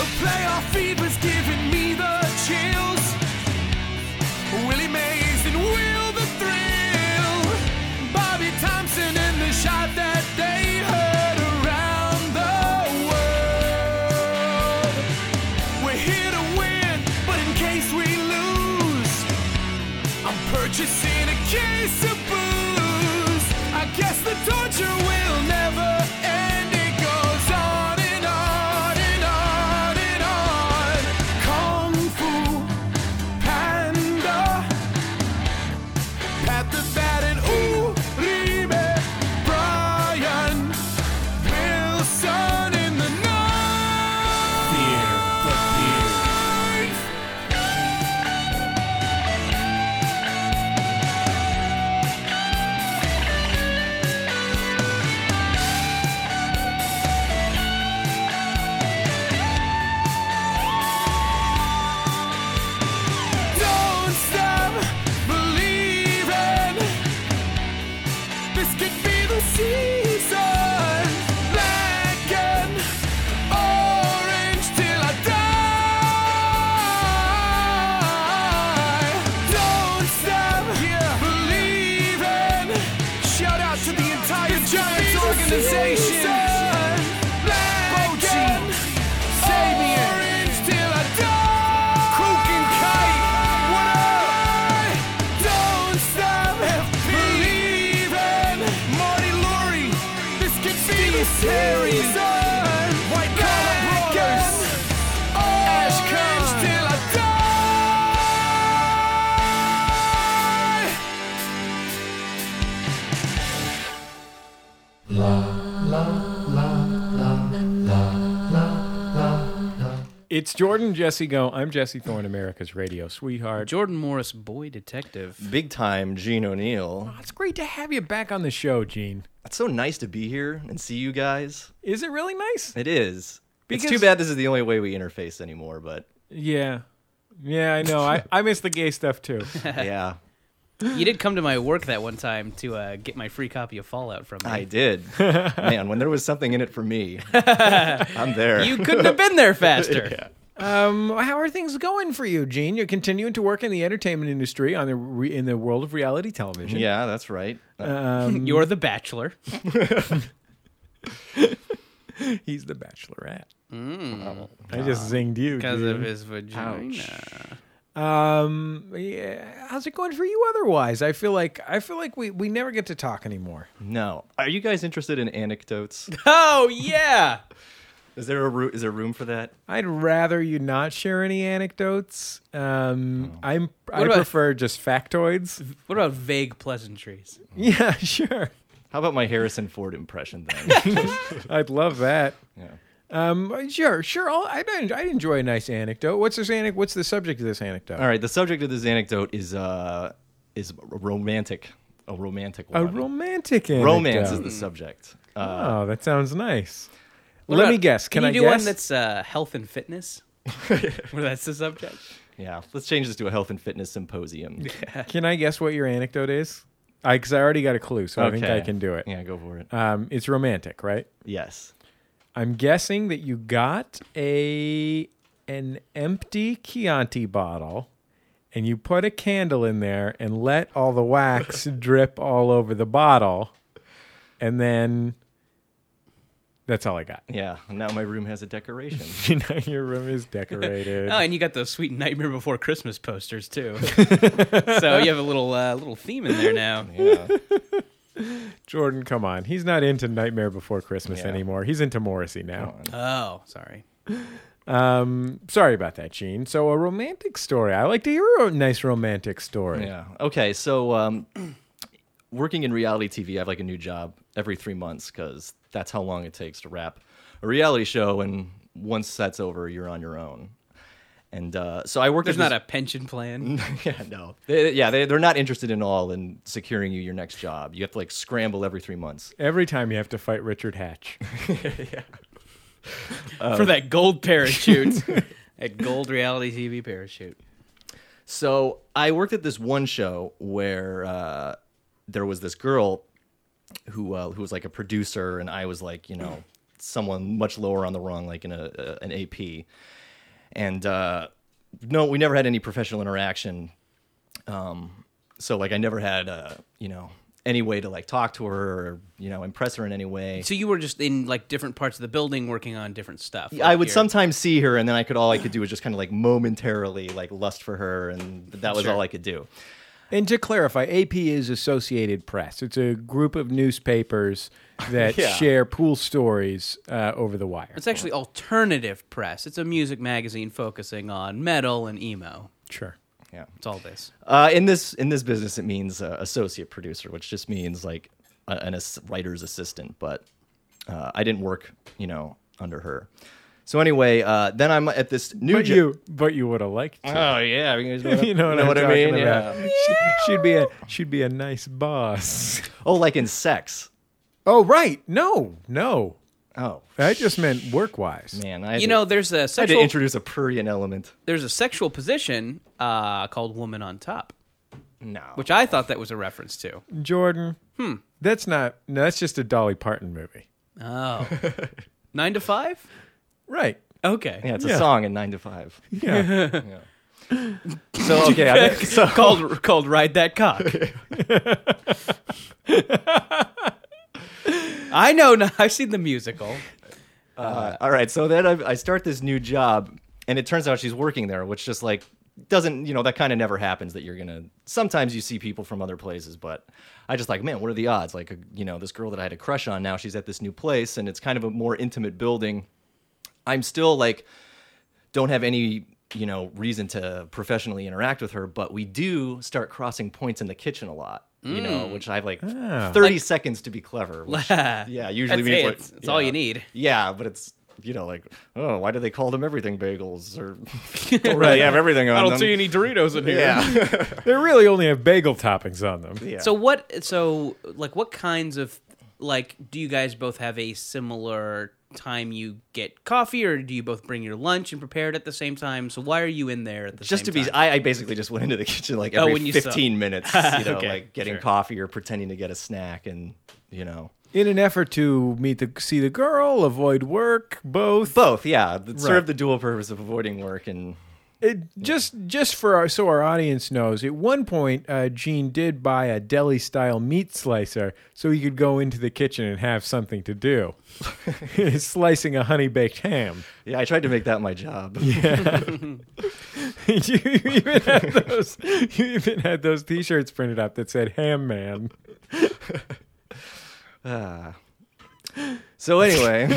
A playoff feed was giving me the chills. Willie Mays and Will the Thrill, Bobby Thompson and the shot that they heard around the world. We're here to win, but in case we lose, I'm purchasing a case of booze. I guess the torture will never end. It goes on and on and on and on. Kung Fu Panda, Pat the Bat and Uribe, Brian Wilson in the ninth. East Harrison, white collar brothers, ash cans
Oh.
till I die.
It's Jordan Jesse Go. I'm Jesse Thorne, America's radio sweetheart.
Jordan Morris, boy detective.
Big time Gene O'Neill.
It's great to have you back on the show, Gene.
It's so nice to be here and see you guys.
Is it really nice?
It is. It's too
Because-
bad this is the only way we interface anymore, but
Yeah. Yeah, I know. I, I miss the gay stuff too.
yeah,
You did come to my work that one time to uh, get my free copy of Fallout from me.
I did. Man, when there was something in it for me, I'm there.
You couldn't have been there faster.
Um, how are things going for you, Gene? You're continuing to work in the entertainment industry on the re- in the world of reality television.
yeah, that's right.
You're the bachelor.
He's the Bachelorette. Mm-hmm. I just zinged you
Mm. Because
Gene.
of his vagina.
Um, yeah. How's it going for you otherwise? I feel like I feel like we, we never get to talk anymore.
No, are you guys interested in anecdotes?
Oh, yeah.
Is there a roo- is there room for that?
I'd rather you not share any anecdotes. Um, I'm I
about-
prefer just factoids.
What about vague pleasantries?
Yeah, sure.
How about my Harrison Ford impression then?
I'd love that.
Yeah.
Um, sure, sure. I'll, I'd, I'd enjoy a nice anecdote. What's this anecdote? What's the subject of this anecdote?
All right, the subject of this anecdote is uh is romantic, a romantic
A
one.
romantic anecdote.
Romance is the subject. Uh,
Oh, that sounds nice. Let me guess. Can,
you
I
do
guess?
one that's uh, health and fitness? Where that's the subject?
yeah, let's change this to a health and fitness symposium.
Can I guess what your anecdote is? I because I already got a clue, so I think I can do it.
Yeah, go for it.
Um, it's romantic, right?
yes.
I'm guessing that you got a an empty Chianti bottle and you put a candle in there and let all the wax drip all over the bottle and then that's all I got.
Yeah, now my room has a decoration.
You know your room is decorated.
Oh, and you got those sweet Nightmare Before Christmas posters, too. so you have a little uh, little theme in there now.
Yeah.
Jordan, come on. He's not into Nightmare Before Christmas
Yeah.
anymore. He's into Morrissey now.
Oh, sorry.
Um, sorry about that, Gene. So a romantic story. I like to hear a nice romantic story.
Yeah. Okay. So, um, working in reality TV, I have like a new job every three months because that's how long it takes to wrap a reality show. And once that's over, you're on your own. And uh, so I worked.
There's
at
not a pension plan.
this- yeah, no. They, yeah, they, they're not interested in all in securing you your next job. You have to like scramble every three months.
Every time you have to fight Richard Hatch.
for that gold parachute. that gold reality TV parachute.
So I worked at this one show where uh, there was this girl who uh, who was like a producer, and I was like, you know, someone much lower on the rung, like in a, a an AP. And uh, no, we never had any professional interaction. Um, so like, I never had uh, you know any way to like talk to her or you know impress her in any way.
So you were just in like different parts of the building working on different stuff.
I
Like
would
you're-
sometimes see her, and then I could all I could do was just kind of like momentarily like lust for her, and that was all I could do.
And to clarify, AP is Associated Press. It's a group of newspapers that
Yeah.
share pool stories uh, over the wire.
It's actually alternative press. It's a music magazine focusing on metal and emo.
Sure.
Yeah.
It's all this.
Uh, in this in this business, it means uh, associate producer, which just means like a, an ass- writer's assistant. But uh, I didn't work, you know, under her. So anyway, uh, then I'm at this new.
But
jo-
you, but you would have liked. To.
Oh yeah, you guys
you know what, I'm
I
talking
mean?
about.
Yeah.
She- She'd be a she'd be a nice boss.
Oh, like in sex.
Oh right, no, no.
Oh
I just meant work wise.
man, I had
You
to-
know, there's a
I had to
sexual
introduce a prurient element.
there's a sexual position uh, called woman on top,
No,
which I thought that was a reference to.
Jordan, hmm, that's not. No, that's just a Dolly Parton movie.
Oh, nine to five.
Right.
Okay.
yeah, it's
yeah.
a song in Nine to Five.
Yeah.
So okay, I, so
Called called ride that cock. I know. no- I've seen the musical.
Uh, all right, so then I, I start this new job, and it turns out she's working there, which just like doesn't you know that kind of never happens that you're gonna sometimes you see people from other places but i just like man what are the odds like uh, you know this girl that i had a crush on now she's at this new place and it's kind of a more intimate building i'm still like don't have any you know reason to professionally interact with her but we do start crossing points in the kitchen a lot you know which i have like 30 seconds to be clever which, yeah usually
That's
means
it.
like-
It's, it's all
yeah.
you need.
yeah but it's you know like oh why do they call them everything bagels or don't really have everything on
I don't
them.
E
see any Doritos in here.
yeah
They really only have bagel toppings on them.
Yeah.
So what? So like, what kinds of like do you guys both have a similar time you get coffee, or do you both bring your lunch and prepare it at the same time? So why are you in there at the
just to
same
be
time?
I, I basically just went into the kitchen like
Oh,
every
when you
15 minutes you know
Okay,
like getting
sure.
coffee or pretending to get a snack and you know
In an effort to meet the see the girl, avoid work, both.
both yeah that
Right.
serve the dual purpose of avoiding work and
It, just just for our, so our audience knows, at one point, uh, Gene did buy a deli style meat slicer so he could go into the kitchen and have something to do. He's slicing a honey baked ham.
yeah I tried to make that my job
you even had those. You even had those T-shirts printed up that said "Ham Man."
so anyway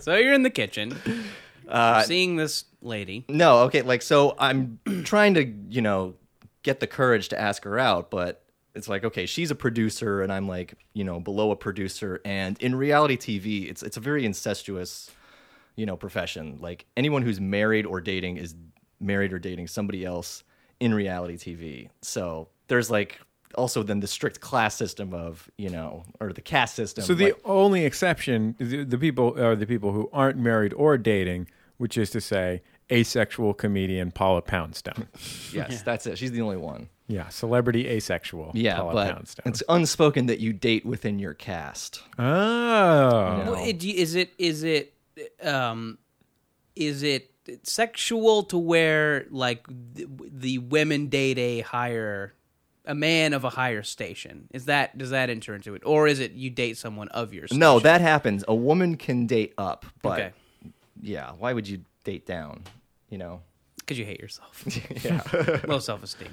so you're in the kitchen, uh, seeing this lady.
no okay like so I'm trying to you know get the courage to ask her out but it's like okay she's a producer and I'm like you know below a producer and in reality TV it's it's a very incestuous you know profession like anyone who's married or dating is married or dating somebody else in reality tv so there's like also then the strict class system of you know or the caste system
So the
like-
only exception, the, the people are the people who aren't married or dating, which is to say, asexual comedian Paula Poundstone.
yes that's it she's the only one
yeah, celebrity asexual.
yeah
Paula
but
Poundstone.
it's unspoken that you date within your caste
oh,
No.
Well, it- Is it is it um, is it sexual to where like the, the women date a higher a man of a higher station? Is that does that enter into it, or is it you date someone of your station?
no that happens a woman can date up but
okay
yeah why would you date down you know
because you hate yourself. low self esteem.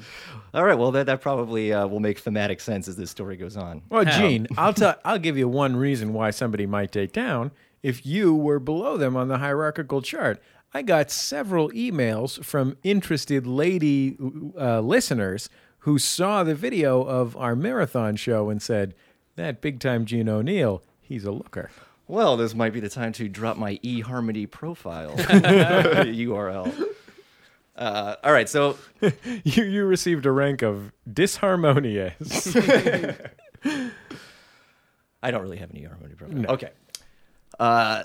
all right well that, that probably uh, will make thematic sense as this story goes on
well, Gene, I'll tell. I'll give you one reason why somebody might date down if you were below them on the hierarchical chart. I got several emails from interested lady uh, listeners who saw the video of our marathon show and said, "That big time Gene O'Neill, he's a looker."
Well, this might be the time to drop my eHarmony profile URL. Uh, all right, so
you you received a rank of disharmonious.
I don't really have an eHarmony profile. Okay. Uh,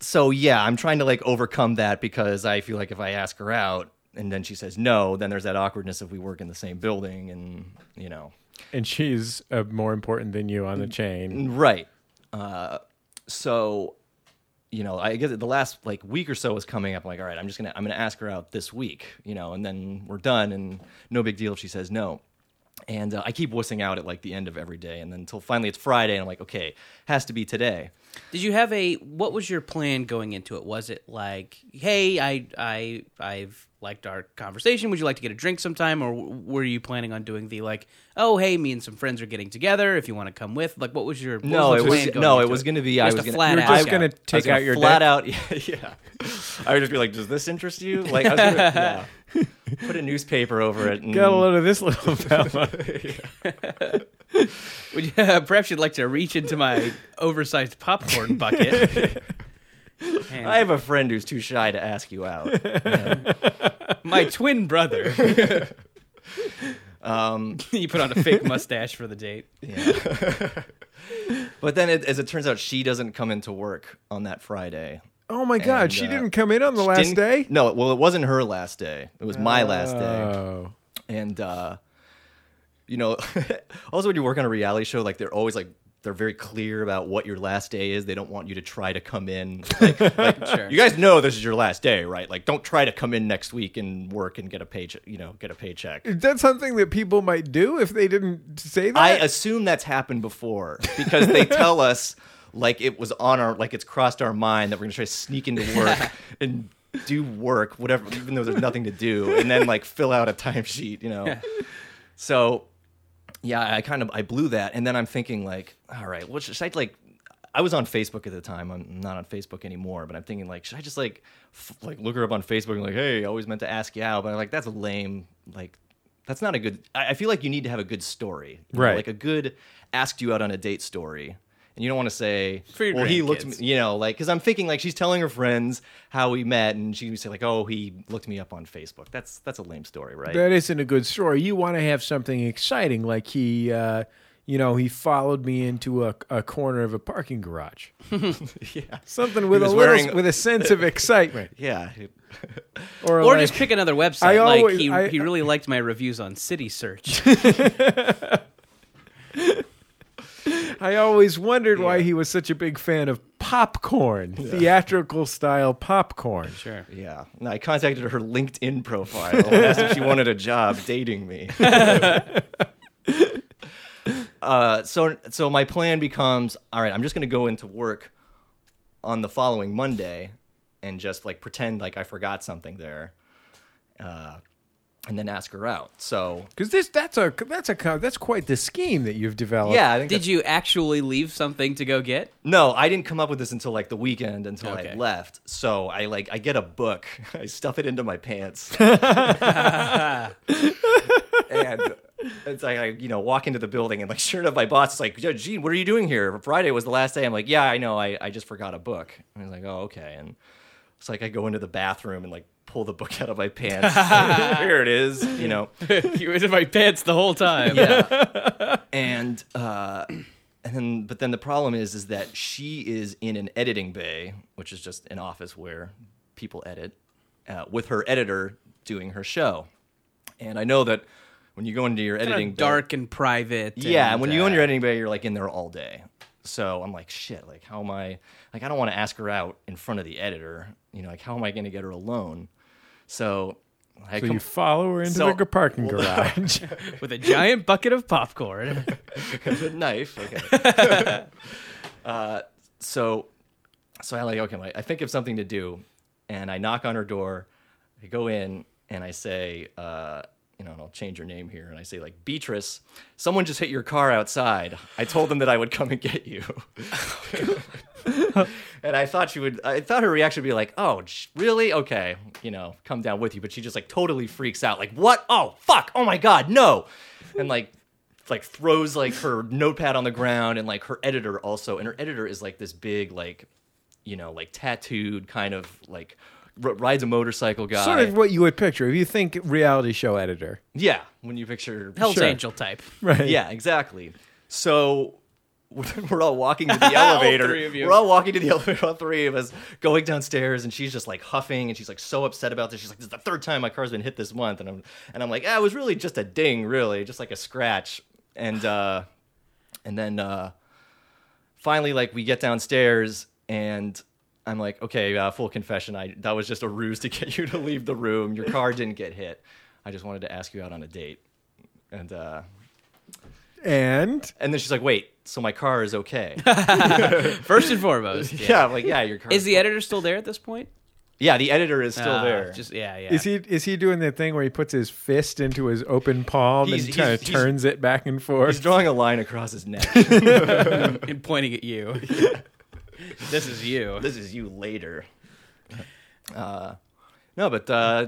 so yeah, I'm trying to like overcome that because I feel like if I ask her out and then she says no, then there's that awkwardness if we work in the same building and you know.
and she's uh, more important than you on the chain.
Right. Uh, so, you know, I guess the last like week or so is coming up. Like, all right, I'm just gonna I'm gonna ask her out this week, you know, and then we're done, and no big deal if she says no. And uh, I keep wussing out at like the end of every day, and then until finally it's Friday, and I'm like, okay, has to be today.
Did you have a what was your plan going into it? Was it like, hey, I I I've liked our conversation. Would you like to get a drink sometime, or w- were you planning on doing the like, oh, hey, me and some friends are getting together. If you want to come with, like, what was your what
No,
was
it
the plan
was
going
no, it
into
was going to be.
Just
I was
a
gonna,
flat
You're just
ask
gonna
out.
I was
take
gonna
out your
flat
deck.
out. Yeah, I would just be like, does this interest you? Like, I was gonna, yeah. put a newspaper over it. And,
Got a load of this little fella.
Would you, perhaps you'd like to reach into my oversized popcorn bucket. And
I have a friend who's too shy to ask you out.
my twin brother.
Um,
you put on a fake mustache for the date.
But then, it, as it turns out, she doesn't come into work on that Friday.
oh my God,
And,
she
uh,
didn't come in on the last
Didn't-
day.
No, well, it wasn't her last day. It was my last day.
Oh,
And, uh, you know, also when you work on a reality show, like they're always like, they're very clear about what your last day is. They don't want you to try to come in. Like, like, You guys know this is your last day, right? Like, don't try to come in next week and work and get a paycheck. You know, get a paycheck.
is that something that people might do if they didn't say
I
that?
assume that's happened before because they tell us like it was on our like it's crossed our mind that we're gonna try to sneak into work and do work, whatever, even though there's nothing to do, and then like fill out a timesheet, you know. So yeah, I kind of I blew that, and then I'm thinking like, all right, what should, should I like? I was on Facebook at the time. I'm not on Facebook anymore, but I'm thinking like, should I just like f- like look her up on Facebook and like, hey, I always meant to ask you out, but I'm like that's lame. Like that's not a good. I, I feel like you need to have a good story, you know,
Right.
Like a good asked you out on a date story. And you don't want to say,
For your
well, he looked,
grandkids.
me, you know, like, because I'm thinking, like, she's telling her friends how we met, and she would say, like, oh, he looked me up on Facebook. That's that's a lame story, right?
That isn't a good story. You want to have something exciting, like he, uh, you know, he followed me into a, a corner of a parking garage. yeah, something with a
was
little,
wearing-
with a sense of excitement,
yeah.
or,
Or
like-
just pick another website.
I
like
always-
he,
I-
he really liked my reviews on City Search.
I always wondered why he was such a big fan of popcorn, theatrical style popcorn.
sure.
Yeah. And I contacted her LinkedIn profile and asked if she wanted a job dating me. uh, so, so my plan becomes all right, I'm just going to go into work on the following Monday and just like pretend like I forgot something there uh, and then ask her out. So,
Because this that's a that's a co- that's quite the scheme that you've developed.
yeah, I think
Did you actually leave something to go get?
No, I didn't come up with this until like the weekend until
Okay.
I left. So I like I get a book, I stuff it into my pants, and it's like I you know walk into the building and like sure enough, my boss is like, "Yo, Gene, what are you doing here? Friday was the last day." I'm like, "Yeah, I know. I I just forgot a book." And he's like, "Oh, okay." And it's like I go into the bathroom and like pull the book out of my pants. Here it is, you know.
you was in my pants the whole time.
Yeah. and uh, and then but then the problem is is that she is in an editing bay, which is just an office where people edit, uh, with her editor doing her show. And I know that when you go into your
Kinda
editing bay-
dark and private.
yeah, and when you go in
uh,
your editing bay, you're like in there all day. So I'm like, shit, like how am I like I don't want to ask her out in front of the editor. You know, like how am I gonna get her alone? So I
So
come-
you follow her into
So-
the parking garage.
uh, with a giant bucket of popcorn.
With a knife. Okay. uh, so, so I like okay. my- I think of something to do, and I knock on her door. I go in and I say, uh, you know, and I'll change your name here, and I say like Beatrice, someone just hit your car outside. I told them that I would come and get you. and I thought she would. I thought her reaction would be like, "Oh, sh- really? Okay, you know, come down with you." But she just like totally freaks out, like, "What? Oh, fuck! Oh my god, no!" And like, like throws like her notepad on the ground, and like her editor also, and her editor is like this big, like, you know, like tattooed kind of like r- rides a motorcycle guy.
sort of what you would picture if you think reality show editor.
Yeah, when you picture
Hell's
Sure.
Angel type.
Right.
yeah, exactly. So we're all walking to the elevator.
three of you.
We're all walking to the elevator, all three of us going downstairs, and she's just like huffing and she's like so upset about this. She's like, This is the third time my car's been hit this month. And I'm and I'm like, ah, it was really just a ding, really, just like a scratch. And uh and then uh finally like we get downstairs and I'm like, okay, uh, full confession. I that was just a ruse to get you to leave the room. Your car didn't get hit. I just wanted to ask you out on a date. And uh,
And
and then she's like, "Wait, so my car is okay?"
First and foremost.
yeah, I'm like, "Yeah, your car
Is the editor still there at this point?
yeah." The editor is still
Ah,
there.
Just yeah, yeah.
is he is he doing the thing where he puts his fist into his open palm
He's-
and
he's-
kind of
he's-
turns it back and forth?
He's drawing a line across his neck.
and pointing at you. this is you.
this is you later. Uh, no, but uh,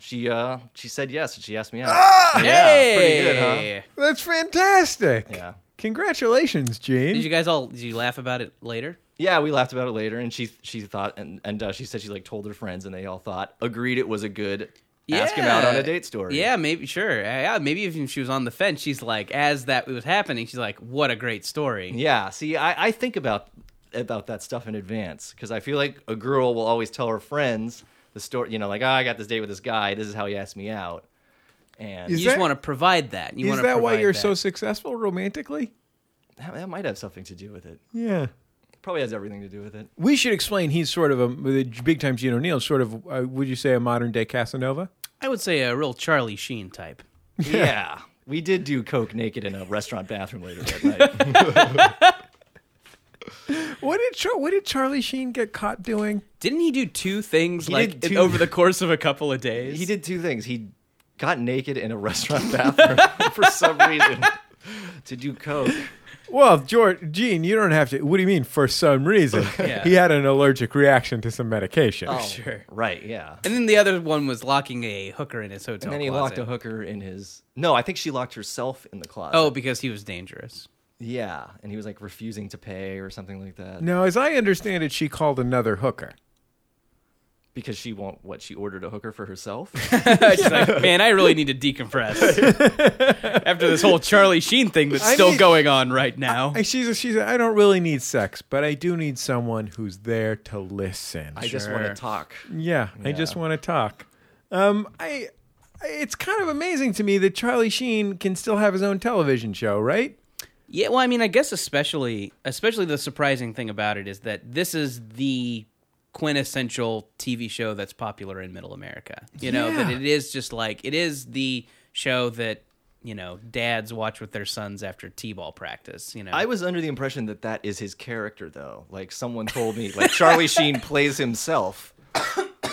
she uh, she said yes, and she asked me out.
Ah!
Yeah, pretty good, huh?
Hey!
That's fantastic.
Yeah.
Congratulations, Gene.
Did you guys all? Did you laugh about it later?
Yeah, we laughed about it later, and she she thought and and uh, she said she like told her friends, and they all thought agreed it was a good ask him out on a date story.
Yeah, maybe sure. Yeah, maybe even if she was on the fence, she's like, as that was happening, she's like, "What a great story."
Yeah, see, I, I think about about that stuff in advance because I feel like a girl will always tell her friends the story. You know, like, oh, I got this date with this guy. This is how he asked me out. And
Is
you just
that-
want to provide that. You
Is
want to
that why
provide
you're
that.
so successful romantically?
that, that might have something to do with it.
Yeah.
Probably has everything to do with it.
We should explain he's sort of a the big time Gene O'Neill, sort of, uh, would you say, a modern day Casanova?
I would say a real Charlie Sheen type.
Yeah. We did do coke naked in a restaurant bathroom later that night.
What did Char- what did Charlie Sheen get caught doing?
Didn't he do two things like
did
in-
two-
over the course of a couple of days?
He did two things. He got naked in a restaurant bathroom for some reason to do coke.
Well, George, Gene, you don't have to. What do you mean? For some reason,
Yeah. Oh.
he had an allergic reaction to some medication.
Sure.
Right, yeah.
And then the other one was locking a hooker in his hotel.
And then he
closet.
locked a hooker in his. No, I think she locked herself in the closet.
Oh, because he was dangerous.
yeah, and he was like refusing to pay or something like that
No, as I understand it, she called another hooker.
because she want what she ordered a hooker for herself.
She's like, man, I really need to decompress after this whole Charlie Sheen thing that's
I
still
mean-
going on right now.
And she's a, she's. A, I don't really need sex, but I do need someone who's there to listen.
I just want
Sure.
to talk.
Yeah, I just want to talk. Um, I. It's kind of amazing to me that Charlie Sheen can still have his own television show, right?
yeah, well, I mean, I guess especially, especially the surprising thing about it is that this is the quintessential TV show that's popular in Middle America. You know that
Yeah.
it is just like it is the show that you know dads watch with their sons after t-ball practice. You know,
I was under the impression that that is his character, though. Like someone told me, like Charlie Sheen plays himself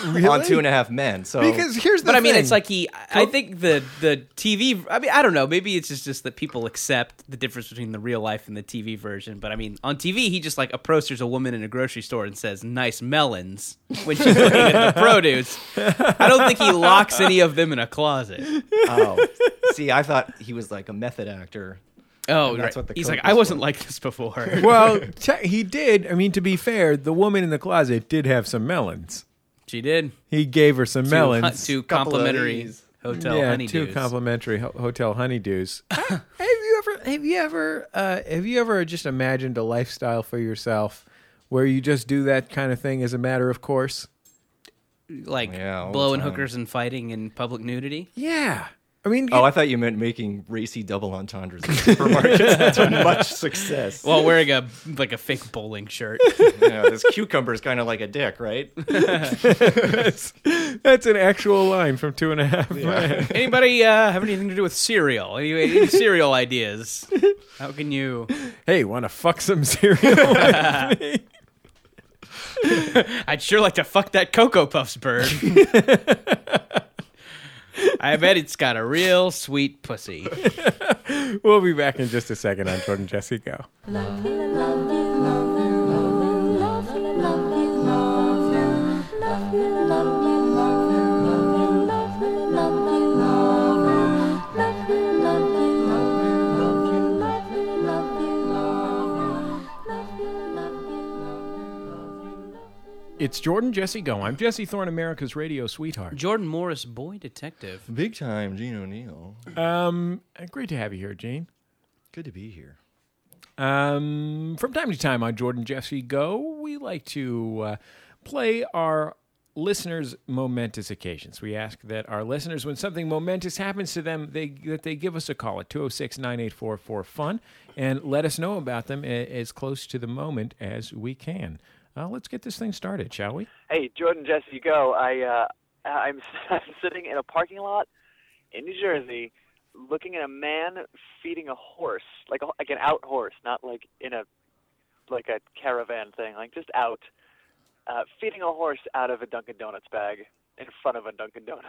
on Two and a Half Men. So
Oh. Because here's the
But I mean,
thing.
it's like he. I- I think the the TV. I mean, I don't know. Maybe it's just just that people accept the difference between the real life and the TV version. But I mean, on TV, he just like approaches a woman in a grocery store and says "nice melons" when she's looking at the produce. I don't think he locks any of them in a closet.
oh, see, I thought he was like a method actor.
Oh,
that's
right.
what the
he's
code
like, I
was
wasn't like this before.
well, te- he did. I mean, to be fair, the woman in the closet did have some melons.
she did
He gave her some melons.
two
Couple of
complimentary
these.
hotel
yeah,
honeydews.
two complimentary ho- hotel honeydews. have you ever? Have you ever? Uh, have you ever just imagined a lifestyle for yourself where you just do that kind of thing as a matter of course?
like
Yeah, all the
blowing
time.
hookers and fighting in public nudity.
Yeah. I mean,
Oh, I thought you meant making racy double entendres in supermarkets. That's a much success.
While wearing a like a fake bowling shirt.
Yeah, this cucumber is kind of like a dick, right?
that's an actual line from Two and a Half Men.
Anybody uh, have anything to do with cereal? Any, any cereal ideas? How can you?
Hey, want to fuck some cereal?
I'd sure like to fuck that Cocoa Puffs bird. I bet it's got a real sweet pussy.
we'll be back in just a second on Jordan Jesse Go. It's Jordan Jesse Go. I'm Jesse Thorne, America's radio sweetheart.
Jordan Morris, boy detective.
Big time, Gene O'Neill.
Um, great to have you here, Gene.
Good to be here.
Um, from time to time on Jordan Jesse Go, we like to uh, play our listeners' momentous occasions. We ask that our listeners, when something momentous happens to them, they that they give us a call at 206 9844 FUN and let us know about them a- as close to the moment as we can. Uh, let's get this thing started, shall we?
Hey, Jordan, Jesse, go. I uh, I'm, I'm sitting in a parking lot in New Jersey, looking at a man feeding a horse, like a, like an out horse, not like in a like a caravan thing, like just out, uh, feeding a horse out of a Dunkin' Donuts bag in front of a Dunkin' Donuts.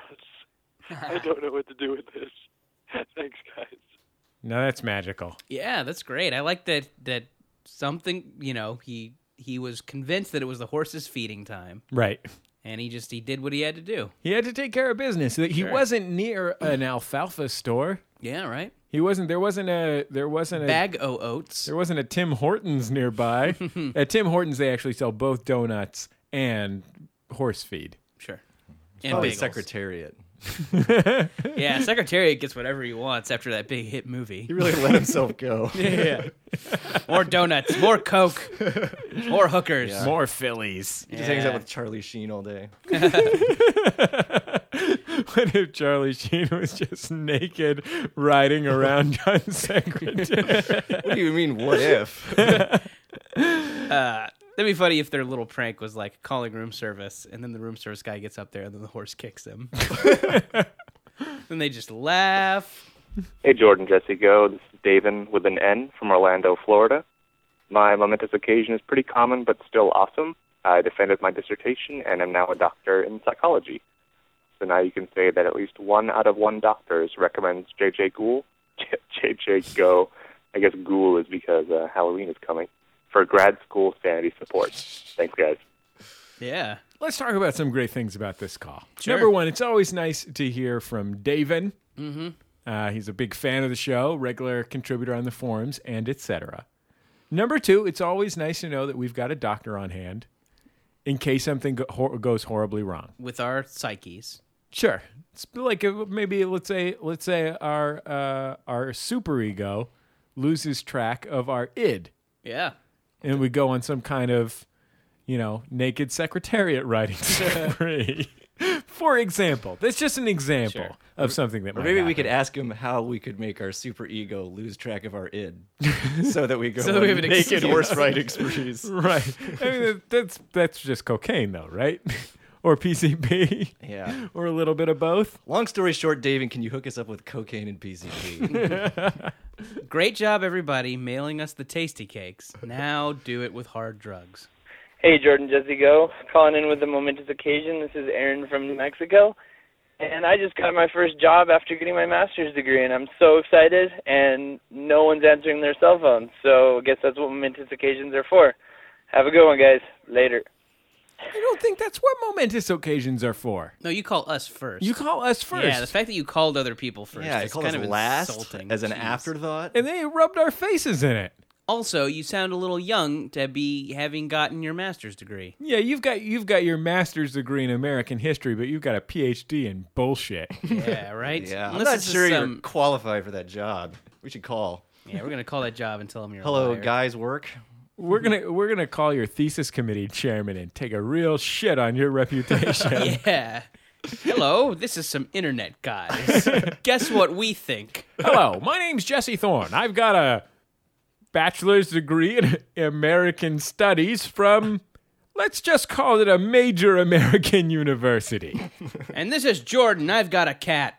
I don't know what to do with this. Thanks, guys.
No, that's magical.
Yeah, that's great. I like that. That something you know he he was convinced that it was the horse's feeding time,
Right.
and he just he did what he had to do.
He had to take care of business. He wasn't near an alfalfa store.
Yeah, right.
He wasn't. There wasn't a. There wasn't a.
Bag o oats.
There wasn't a Tim Hortons nearby. At Tim Hortons, they actually sell both donuts and horse feed.
Sure. And
Probably
bagels.
Secretariat.
Yeah, Secretariat gets whatever he wants after that big hit movie.
He really let himself go.
Yeah. more donuts, more Coke, more hookers.
More Phillies.
He just hangs
Eh.
out with Charlie Sheen all day.
What if Charlie Sheen was just naked riding around John's secretary?
What do you mean, what if?
That'd be funny if their little prank was like calling room service, and then the room service guy gets up there, and then the horse kicks him. then they just laugh.
Hey, Jordan, Jesse, go. This is Davin with an N from Orlando, Florida.
My momentous occasion is pretty common but still awesome. I defended my dissertation and am now a doctor in psychology. So now you can say that at least one out of one doctors recommends JJ Ghoul. JJ Go. I guess Ghoul is because uh, Halloween is coming. For grad school sanity support. Thanks, guys.
Yeah.
Let's talk about some great things about this call. Number one, it's always nice to hear from Davin. Mm-hmm. Uh, he's a big fan of the show, regular contributor on the forums, and etc. Number two, it's always nice to know that we've got a doctor on hand in case something go- hor- goes horribly wrong.
With our psyches.
Sure, it's like uh, maybe let's say let's say our uh, our superego loses track of our id,
Yeah.
and we go on some kind of you know naked secretariat writing spree. For example, that's just an example
Sure.
of something that
Or
might
maybe we
happen.
could ask him how we could make our super ego lose track of our id, so that we go
So that we have
on
an
naked
excuse.
horse riding sprees.
right. I mean, that- that's that's just cocaine, though, right? or PCP,
Yeah.
or a little bit of both.
Long story short, David, can you hook us up with cocaine and PCP?
Great job, everybody, mailing us the tasty cakes. Now do it with hard drugs.
Hey, Jordan Jesse Go, calling in with a momentous occasion. This is Aaron from New Mexico, and I just got my first job after getting my master's degree, and I'm so excited. And no one's answering their cell phones, so I guess that's what momentous occasions are for. Have a good one, guys. Later.
I don't think that's what momentous occasions are for.
No, you call us first.
You call us first,
Yeah, the fact that you called other people first
yeah, I
is
call
kind
us
of
last
insulting.
as an
Jeez.
afterthought.
and they rubbed our faces in it.
Also, you sound a little young to be having gotten your master's degree.
Yeah, you've got you've got your master's degree in American history, but you've got a PhD in bullshit.
Yeah, right?
Yeah, I'm
Unless
not
this is
sure you're
some-
qualified for that job. We should call.
Yeah, we're going to call that job and tell them you're a
Hello,
liar.
guys, work.
we're gonna we're gonna call your thesis committee chairman and take a real shit on your reputation.
Yeah. Hello, this is some internet guys. Guess what we think?
Hello, my name's Jesse Thorne. I've got a bachelor's degree in American Studies from, let's just call it a major American university.
And this is Jordan. I've got a cat.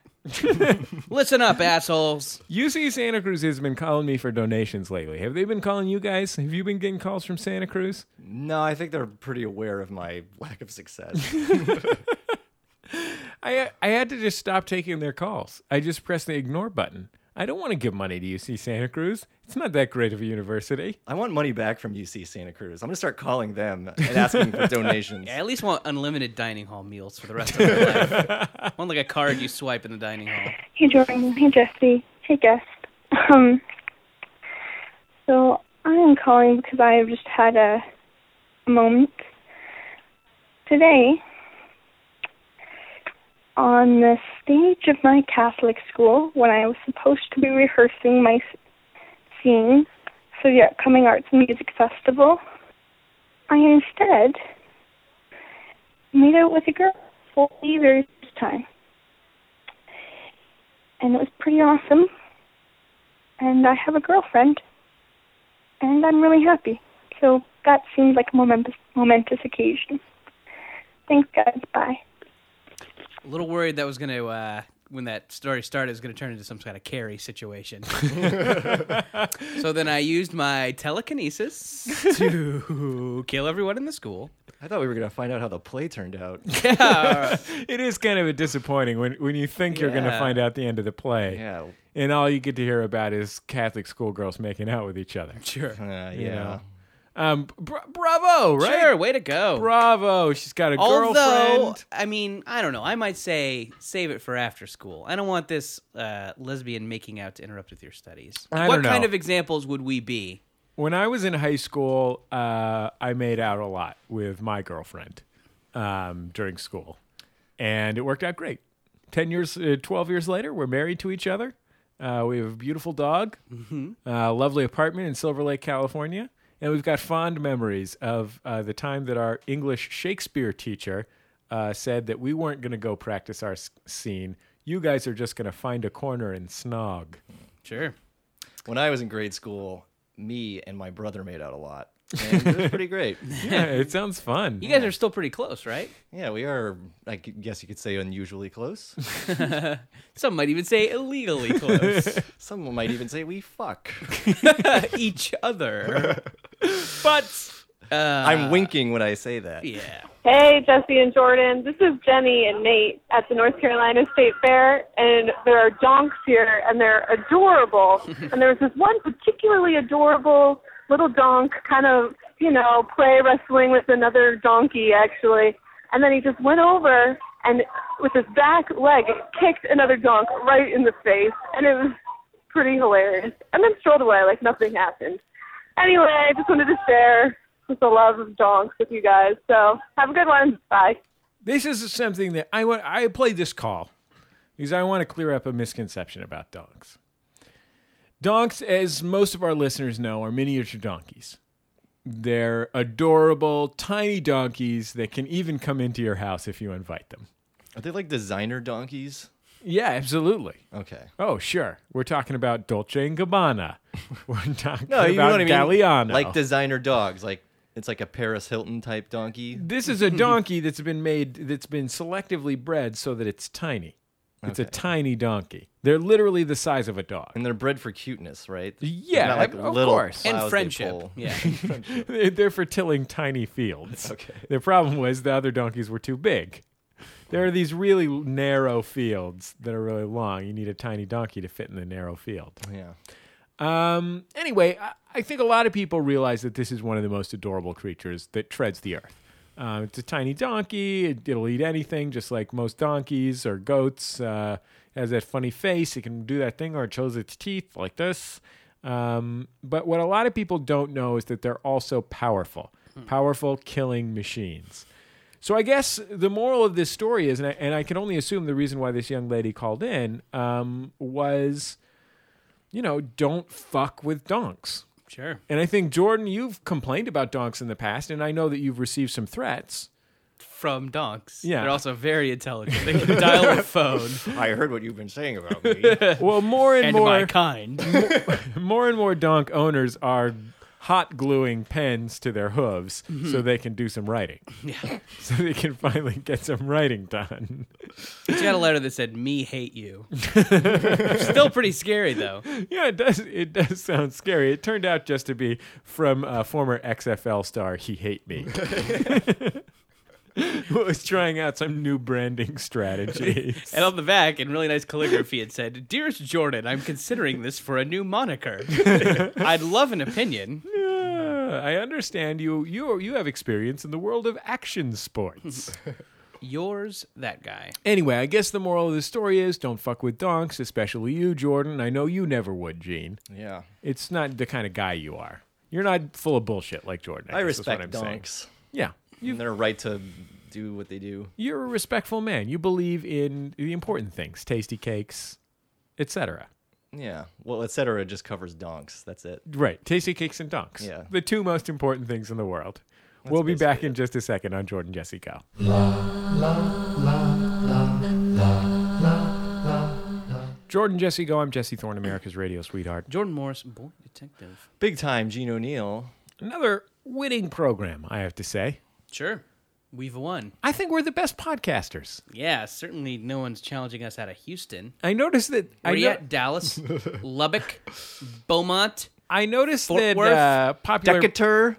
Listen up, assholes.
UC Santa Cruz has been calling me for donations lately. Have they been calling you guys? Have you been getting calls from Santa Cruz?
No, I think they're pretty aware of my lack of success.
I I had to just stop taking their calls. I just pressed the ignore button. I don't want to give money to UC Santa Cruz. It's not that great of a university.
I want money back from UC Santa Cruz. I'm gonna start calling them and asking for donations.
I at least want unlimited dining hall meals for the rest of my life. I want like a card you swipe in the dining hall.
Hey Jordan, hey Jesse, hey guest. Um, so I am calling because I have just had a moment today on the stage of my Catholic school when I was supposed to be rehearsing my s- scenes for the upcoming arts and music festival. I instead made out with a girl full leaders time and it was pretty awesome. And I have a girlfriend, and I'm really happy. So that seemed like a momentous, momentous occasion. Thanks, guys. Bye.
A little worried that was going to, uh, when that story started, it was going to turn into some kind of carry situation. so then I used my telekinesis to kill everyone in the school.
I thought we were gonna find out how the play turned out.
Yeah.
It is kind of disappointing when, when you think you're going to
Yeah.
find out the end of the play.
Yeah,
and all you get to hear about is Catholic schoolgirls making out with each other.
Sure.
uh, yeah.
know. Um, br- bravo, right?
Sure, way to go.
Bravo, she's got a
Although,
girlfriend.
I mean, I don't know. I might say save it for after school. I don't want this uh, lesbian making out to interrupt with your studies.
I
what
don't
kind
know.
of examples would we be?
When I was in high school, uh, I made out a lot with my girlfriend um, during school, and it worked out great. Ten years, uh, twelve years later, we're married to each other. Uh, we have a beautiful dog,
Mm-hmm.
uh, lovely apartment in Silver Lake, California, and we've got fond memories of uh, the time that our English Shakespeare teacher uh, said that we weren't going to go practice our s- scene. You guys are just going to find a corner and snog.
Sure.
When I was in grade school, me and my brother made out a lot. And it was pretty great.
Yeah, it sounds fun.
You guys are still pretty close, right?
Yeah, we are. I gu- guess you could say unusually close.
Some might even say illegally close.
Some might even say we fuck.
Each other. But uh,
Uh,
I'm winking when I say that.
Yeah.
Hey, Jesse and Jordan. This is Jenny and Nate at the North Carolina State Fair, and there are donks here, and they're adorable. and there was this one particularly adorable little donk, kind of, you know, play wrestling with another donkey, actually. And then he just went over and, with his back leg, kicked another donk right in the face, and it was pretty hilarious. And then strolled away like nothing happened. Anyway, I just wanted to share just the love of donks with you guys. So have a good one. Bye.
This is something that I want. I played this call because I want to clear up a misconception about donks. Donks, as most of our listeners know, are miniature donkeys. They're adorable, tiny donkeys that can even come into your house if you invite them.
Are they like designer donkeys?
Yeah, absolutely.
Okay.
Oh, sure. We're talking about Dolce and Gabbana. We're talking
No, you know
about
what I mean.
Galliano.
Like designer dogs. Like it's like a Paris Hilton type donkey.
This is a donkey that's been made that's been selectively bred so that it's tiny. It's a
Okay.
tiny donkey. They're literally the size of a dog.
And they're bred for cuteness, right?
Yeah,
Not like
of
little
course. And
plows they
friendship.
pull.
Yeah.
They're they're for tilling tiny fields. Okay. The problem was the other donkeys were too big. There are these really narrow fields that are really long. You need a tiny donkey to fit in the narrow field.
Yeah.
Um, anyway, I, I think a lot of people realize that this is one of the most adorable creatures that treads the earth. Um, it's a tiny donkey. It, it'll eat anything, just like most donkeys or goats. Uh, it has that funny face. It can do that thing, or it shows its teeth like this. Um, but what a lot of people don't know is that they're also powerful, powerful killing machines. So I guess the moral of this story is, and I, and I can only assume the reason why this young lady called in um, was you know, don't fuck with donks.
Sure.
And I think Jordan, you've complained about donks in the past, and I know that you've received some threats.
From donks.
Yeah.
They're also very intelligent. They can dial a phone.
I heard what you've been saying about me.
Well, more and,
And
more
my kind.
more and more donk owners are hot gluing pens to their hooves so they can do some writing.
Mm-hmm. Yeah.
So they can finally get some writing done.
She got a letter that said, Me hate you. Still pretty scary, though.
yeah, it does it does sound scary. It turned out just to be from uh, former XFL star He Hate Me. who was trying out some new branding strategy.
And on the back, in really nice calligraphy, it said, Dearest Jordan, I'm considering this for a new moniker. I'd love an opinion.
Yeah, I understand you. You you have experience in the world of action sports.
Yours, that guy.
anyway, I guess the moral of the story is don't fuck with donks, especially you, Jordan. I know you never would, Gene.
yeah.
It's not the kind of guy you are. You're not full of bullshit like Jordan. I,
I
guess is
respect
what I'm saying.
donks.
Yeah,
And their right to do what they do.
you're a respectful man. You believe in the important things, tasty cakes, etc.
Yeah. Well, et cetera just covers donks. That's it.
Right, tasty cakes and donks.
Yeah.
the two most important things in the world. we'll be back in just a second on Jordan Jesse Go. Jordan Jesse Go. I'm Jesse Thorne, America's radio sweetheart.
Jordan Morris, born detective.
Big time Gene O'Neill.
Another winning program, I have to say.
Sure. We've won.
I think we're the best podcasters.
Yeah, certainly no one's challenging us out of Houston.
I noticed that.
Where
I,
you
no-
at? Dallas, Lubbock, Beaumont.
I noticed
Fort
that
Worth,
uh, popular.
Decatur.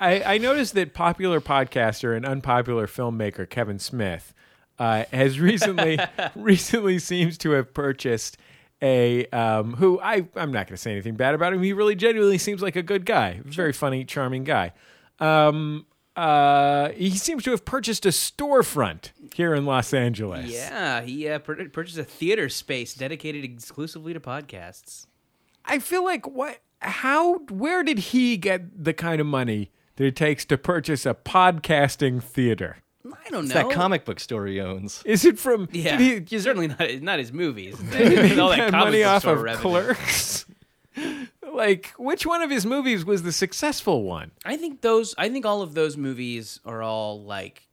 I, I noticed that popular podcaster and unpopular filmmaker Kevin Smith uh, has recently recently seems to have purchased a um, who I I'm not going to say anything bad about him. He really genuinely seems like a good guy, very funny, charming guy. Um, uh, he seems to have purchased a storefront here in Los Angeles.
Yeah, he uh, pur- purchased a theater space dedicated exclusively to podcasts.
I feel like what how where did he get the kind of money that it takes to purchase a podcasting theater?
I don't
It's
know.
that comic book store he owns.
Is it from
Yeah,
did he
certainly not not his movies.
He
all that
got
comic
money
book
off
store
of
revenue.
Clerks. like, which one of his movies was the successful one?
I think those. I think all of those movies are all like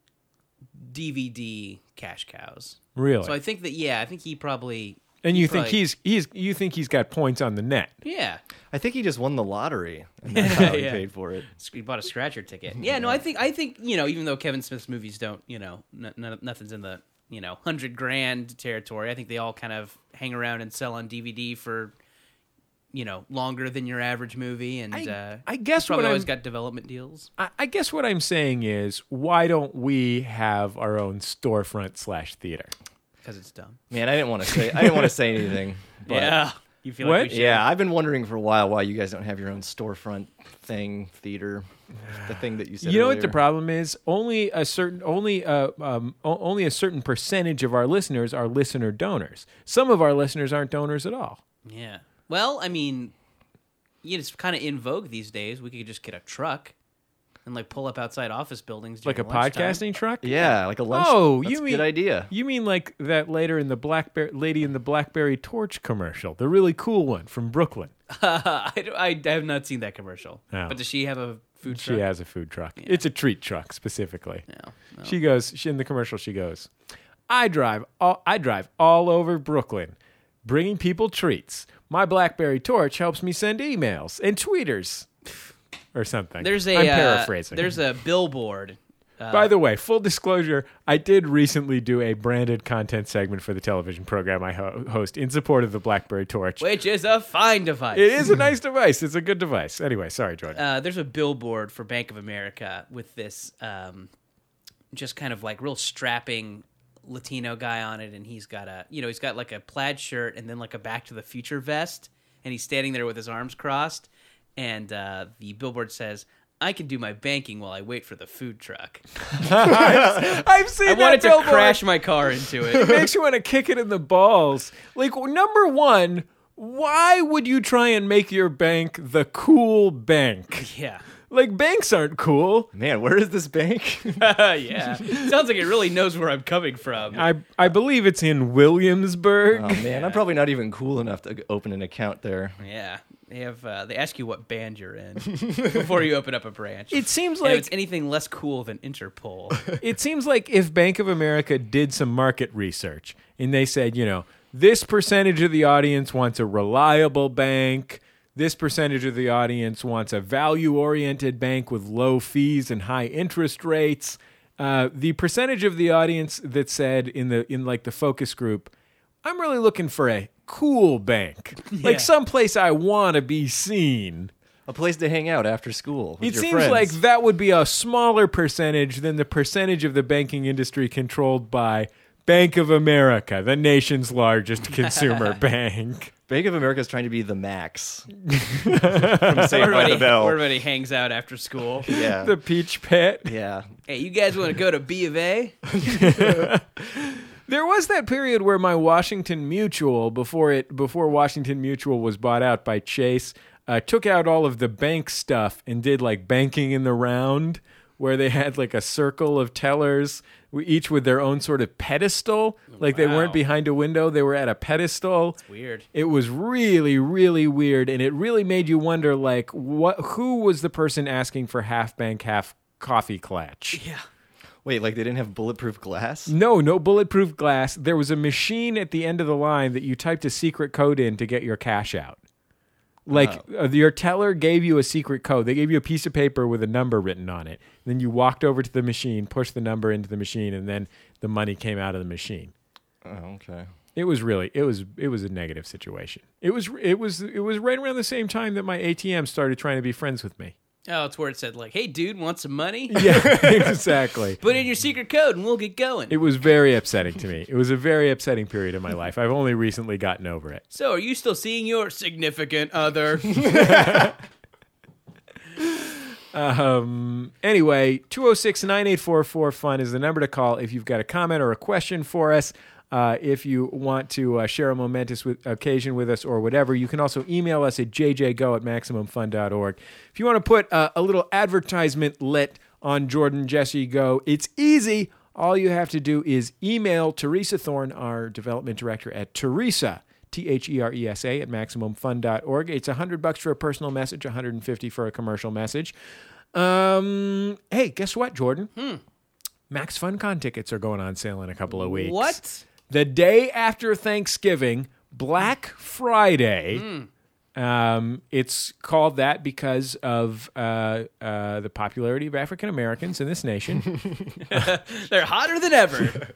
DVD cash cows.
Really?
So I think that yeah, I think he probably.
and
he
you think
probably-
he's he's you think he's got points on the net?
yeah.
I think he just won the lottery. And that's how he
Yeah.
paid for it.
He bought a scratcher ticket. Yeah, no, I think I think you know, even though Kevin Smith's movies don't, you know, n- n- nothing's in the you know hundred grand territory. I think they all kind of hang around and sell on DVD for you know longer than your average movie, and
I-
uh,
I guess
it's probably
what
always
I'm-
got development deals.
I, I guess what I'm saying is, why don't we have our own storefront slash theater?
Because it's dumb.
Man, I didn't want to say I didn't want to say anything. But
Yeah. You feel like we should?
yeah, I've been wondering for a while why you guys don't have your own storefront thing, theater, the thing that you said.
You know what the
earlier.
problem is? Only a certain only uh, um, o- only a certain percentage of our listeners are listener donors. Some of our listeners aren't donors at all.
Yeah. Well, I mean, yeah, it's kind of in vogue these days. We could just get a truck and like pull up outside office buildings,
Like a
during lunchtime.
podcasting truck?
Yeah, like a lunch.
Oh,
that's
you
a
mean
good idea?
You mean like that later in the blackberry lady in the blackberry torch commercial, the really cool one from Brooklyn.
I, don't- I, I have not seen that commercial.
No.
But does she have a food
she
truck?
has a food truck. It's a treat truck specifically.
no.
She goes she, in the commercial. She goes, I drive all I drive all over Brooklyn, bringing people treats. My BlackBerry Torch helps me send emails and tweeters, or something.
There's a
I'm
uh,
paraphrasing.
there's a billboard. Uh,
By the way, full disclosure, I did recently do a branded content segment for the television program I ho- host in support of the BlackBerry Torch.
which is a fine device.
It is a nice device. It's a good device. Anyway, sorry, Jordan.
uh, there's a billboard for Bank of America with this um, just kind of like real strapping Latino guy on it, and he's got a you know he's got like a plaid shirt and then like a Back to the Future vest, and he's standing there with his arms crossed, and uh, the billboard says. I can do my banking while I wait for the food truck.
I've, I've seen
Uh, I
that
wanted to
billboard.
crash my car into
it
it.
makes you want to kick it in the balls. Like w- number one, why would you try and make your bank the cool bank?
yeah.
Like banks aren't cool.
Man, where is this bank?
yeah. Sounds like it really knows where I'm coming from.
I I believe it's in Williamsburg.
oh man, I'm probably not even cool enough to g- open an account there.
Yeah, they have. Uh, they ask you what band you're in before you open up a branch.
It seems
And if
like-
it's anything less cool than Interpol.
it seems like if Bank of America did some market research and they said, you know, this percentage of the audience wants a reliable bank, this percentage of the audience wants a value oriented bank with low fees and high interest rates. Uh, the percentage of the audience that said in the in like the focus group, I'm really looking for a cool bank,
Yeah.
like someplace I want to be seen.
A place to hang out after school. with
It
your
seems
friends.
like that would be a smaller percentage than the percentage of the banking industry controlled by Bank of America, the nation's largest consumer bank.
Bank of America is trying to be the Max from Saved by
everybody,
the Bell.
everybody hangs out after school.
Yeah.
The Peach Pit.
yeah.
Hey, you guys want to go to B of A?
There was that period where my Washington Mutual, before it before Washington Mutual was bought out by Chase, uh, took out all of the bank stuff and did like banking in the round, where they had like a circle of tellers, w- each with their own sort of pedestal. Like they weren't behind a window; they were at a pedestal.
Weird.
It was really, really weird, and it really made you wonder, like, what? Who was the person asking for half bank, half coffee clutch?
Yeah.
Wait, like they didn't have bulletproof glass?
No, no bulletproof glass. There was a machine at the end of the line that you typed a secret code in to get your cash out. Like uh, your teller gave you a secret code. They gave you a piece of paper with a number written on it. Then you walked over to the machine, pushed the number into the machine, and then the money came out of the machine.
Oh, okay.
It was really it was it was a negative situation. It was it was it was right around the same time that my ATM started trying to be friends with me.
Oh, it's where it said like, "Hey, dude, want some money?
Yeah, exactly.
Put in your secret code and we'll get going."
It was very upsetting to me. It was a very upsetting period in my life. I've only recently gotten over it.
so, are you still seeing your significant other?
Um, anyway, 206 9844 FUN is the number to call if you've got a comment or a question for us. Uh, if you want to uh, share a momentous with, occasion with us or whatever, you can also email us at jjgo at maximumfun.org. If you want to put uh, a little advertisement lit on Jordan Jesse Go, it's easy. All you have to do is email Teresa Thorne, our development director, at Teresa. T H E R E S A at MaximumFun.org. It's 100 bucks for a personal message, 150 for a commercial message. Um, hey, guess what, Jordan?
Hmm.
Max FunCon tickets are going on sale in a couple of weeks.
what?
The day after Thanksgiving, Black Friday,
Hmm.
Um, it's called that because of uh, uh, the popularity of African Americans in this nation.
They're hotter than ever.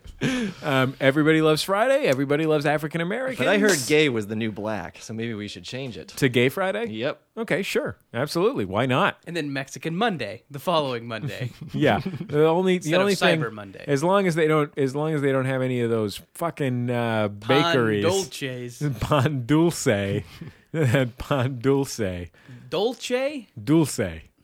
um, everybody loves Friday. Everybody loves African Americans.
But I heard gay was the new black, so maybe we should change it.
to Gay Friday.
Yep.
Okay, sure, absolutely. Why not?
and then Mexican Monday, the following Monday.
Yeah. The only
Instead
the
of
only thing
Cyber Monday.
as long as they don't as long as they don't have any of those fucking uh, bakeries.
Dolces.
Pan dulce. Pan dulce.
Dolce?
Dulce.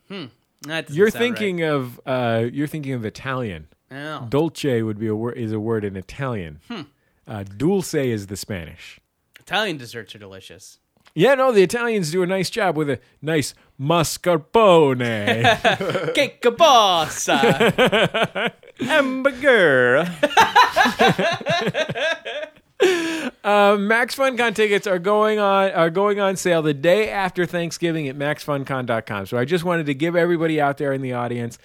Hmm. That doesn't
You're
sound right.
thinking of uh, you're thinking of Italian.
Oh.
Dolce would be a word is a word in Italian.
Hmm.
Uh, dulce is the Spanish.
Italian desserts are delicious.
Yeah, no, the Italians do a nice job with a nice mascarpone.
Cake bossa.
Hamburger. Uh, Max FunCon tickets are going on are going on sale the day after Thanksgiving at maxfuncon.com. So I just wanted to give everybody out there in the audience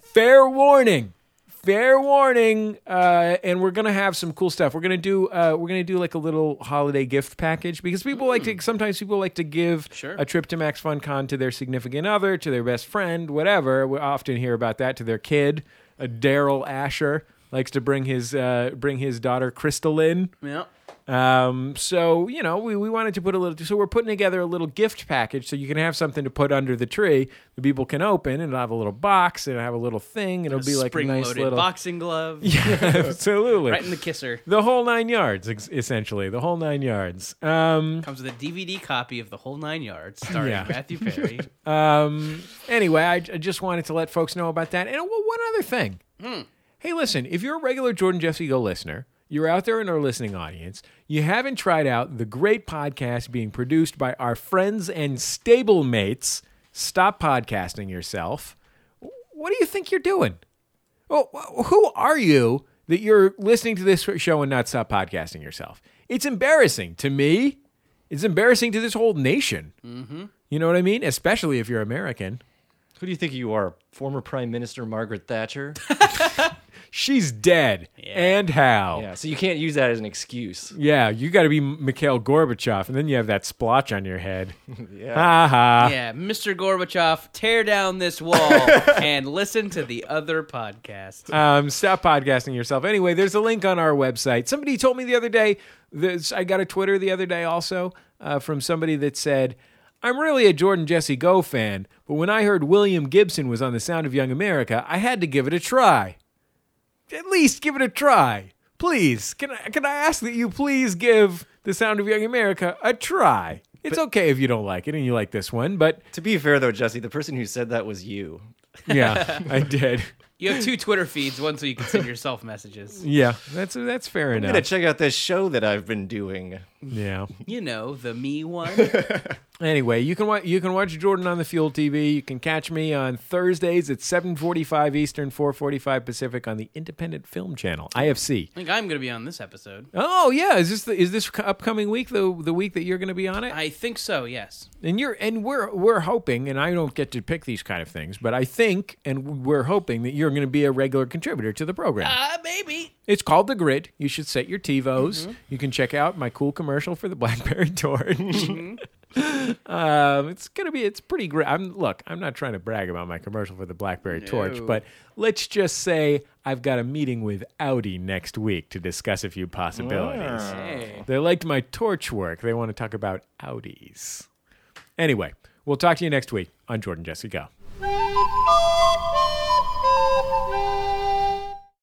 fair warning. Fair warning, uh, and we're gonna have some cool stuff. We're gonna do uh, we're gonna do like a little holiday gift package because people like to sometimes people like to give
Sure.
a trip to Max FunCon to their significant other, to their best friend, whatever. We often hear about that to their kid. Uh, Daryl Asher likes to bring his uh, bring his daughter Crystal in.
Yep.
Um, so you know, we, we wanted to put a little. So we're putting together a little gift package so you can have something to put under the tree that people can open, and it'll have a little box and it'll have a little thing, and it'll be like a nice
Spring-loaded
little
boxing glove.
Yeah, absolutely.
Right in the kisser.
The whole nine yards, ex- essentially. The whole nine yards. Um,
Comes with a DVD copy of The Whole Nine Yards, starring
Yeah.
Matthew Perry.
um, anyway, I, I just wanted to let folks know about that. And well, one other thing. Hey, listen, if you're a regular Jordan Jeffy Go listener, you're out there in our listening audience, you haven't tried out the great podcast being produced by our friends and stablemates, Stop Podcasting Yourself. What do you think you're doing? Well, wh- who are you that you're listening to this show and not stop podcasting yourself? It's embarrassing to me. It's embarrassing to this whole nation.
Mm-hmm.
You know what I mean? Especially if you're American.
Who do you think you are? Former Prime Minister Margaret Thatcher?
She's dead. And how?
Yeah, so you can't use that as an excuse.
Yeah, you got to be Mikhail Gorbachev, and then you have that splotch on your head.
Yeah.
Ha ha.
yeah, Mr. Gorbachev, tear down this wall and listen to the other podcast.
Um, stop podcasting yourself. Anyway, there's a link on our website. Somebody told me the other day, this, I got a Twitter the other day also uh, from somebody that said, I'm really a Jordan Jesse Go fan, but when I heard William Gibson was on The Sound of Young America, I had to give it a try. At least give it a try. Please, can I, can I ask that you please give The Sound of Young America a try? It's okay if you don't like it and you like this one, but
To be fair, though, Jesse, the person who said that was you.
yeah, I did.
You have two Twitter feeds, one so you can send yourself messages.
Yeah, that's that's fair
I'm
enough.
going to check out this show that I've been doing.
yeah.
You know, the me one.
Anyway, you can wa- you can watch Jordan on the Fuel TV. You can catch me on Thursdays at 7:45 Eastern, 4:45 Pacific on the Independent Film Channel, IFC.
I think I'm going to be on this episode.
Oh yeah, is this the, is this co- upcoming week the the week that you're going to be on it?
I think so, yes.
And you're and we're we're hoping, and I don't get to pick these kind of things, but I think and we're hoping that you're going to be a regular contributor to the program.
Ah, maybe.
It's called The Grid. You should set your TiVos. You can check out my cool commercial for the BlackBerry Torch. um, it's gonna be. It's pretty great. I'm look. I'm not trying to brag about my commercial for the BlackBerry Torch,
No.
but let's just say I've got a meeting with Audi next week to discuss a few possibilities.
Oh. Hey.
They liked my torch work. They want to talk about Audis. Anyway, we'll talk to you next week on Jordan Jesse Go.
Thank you.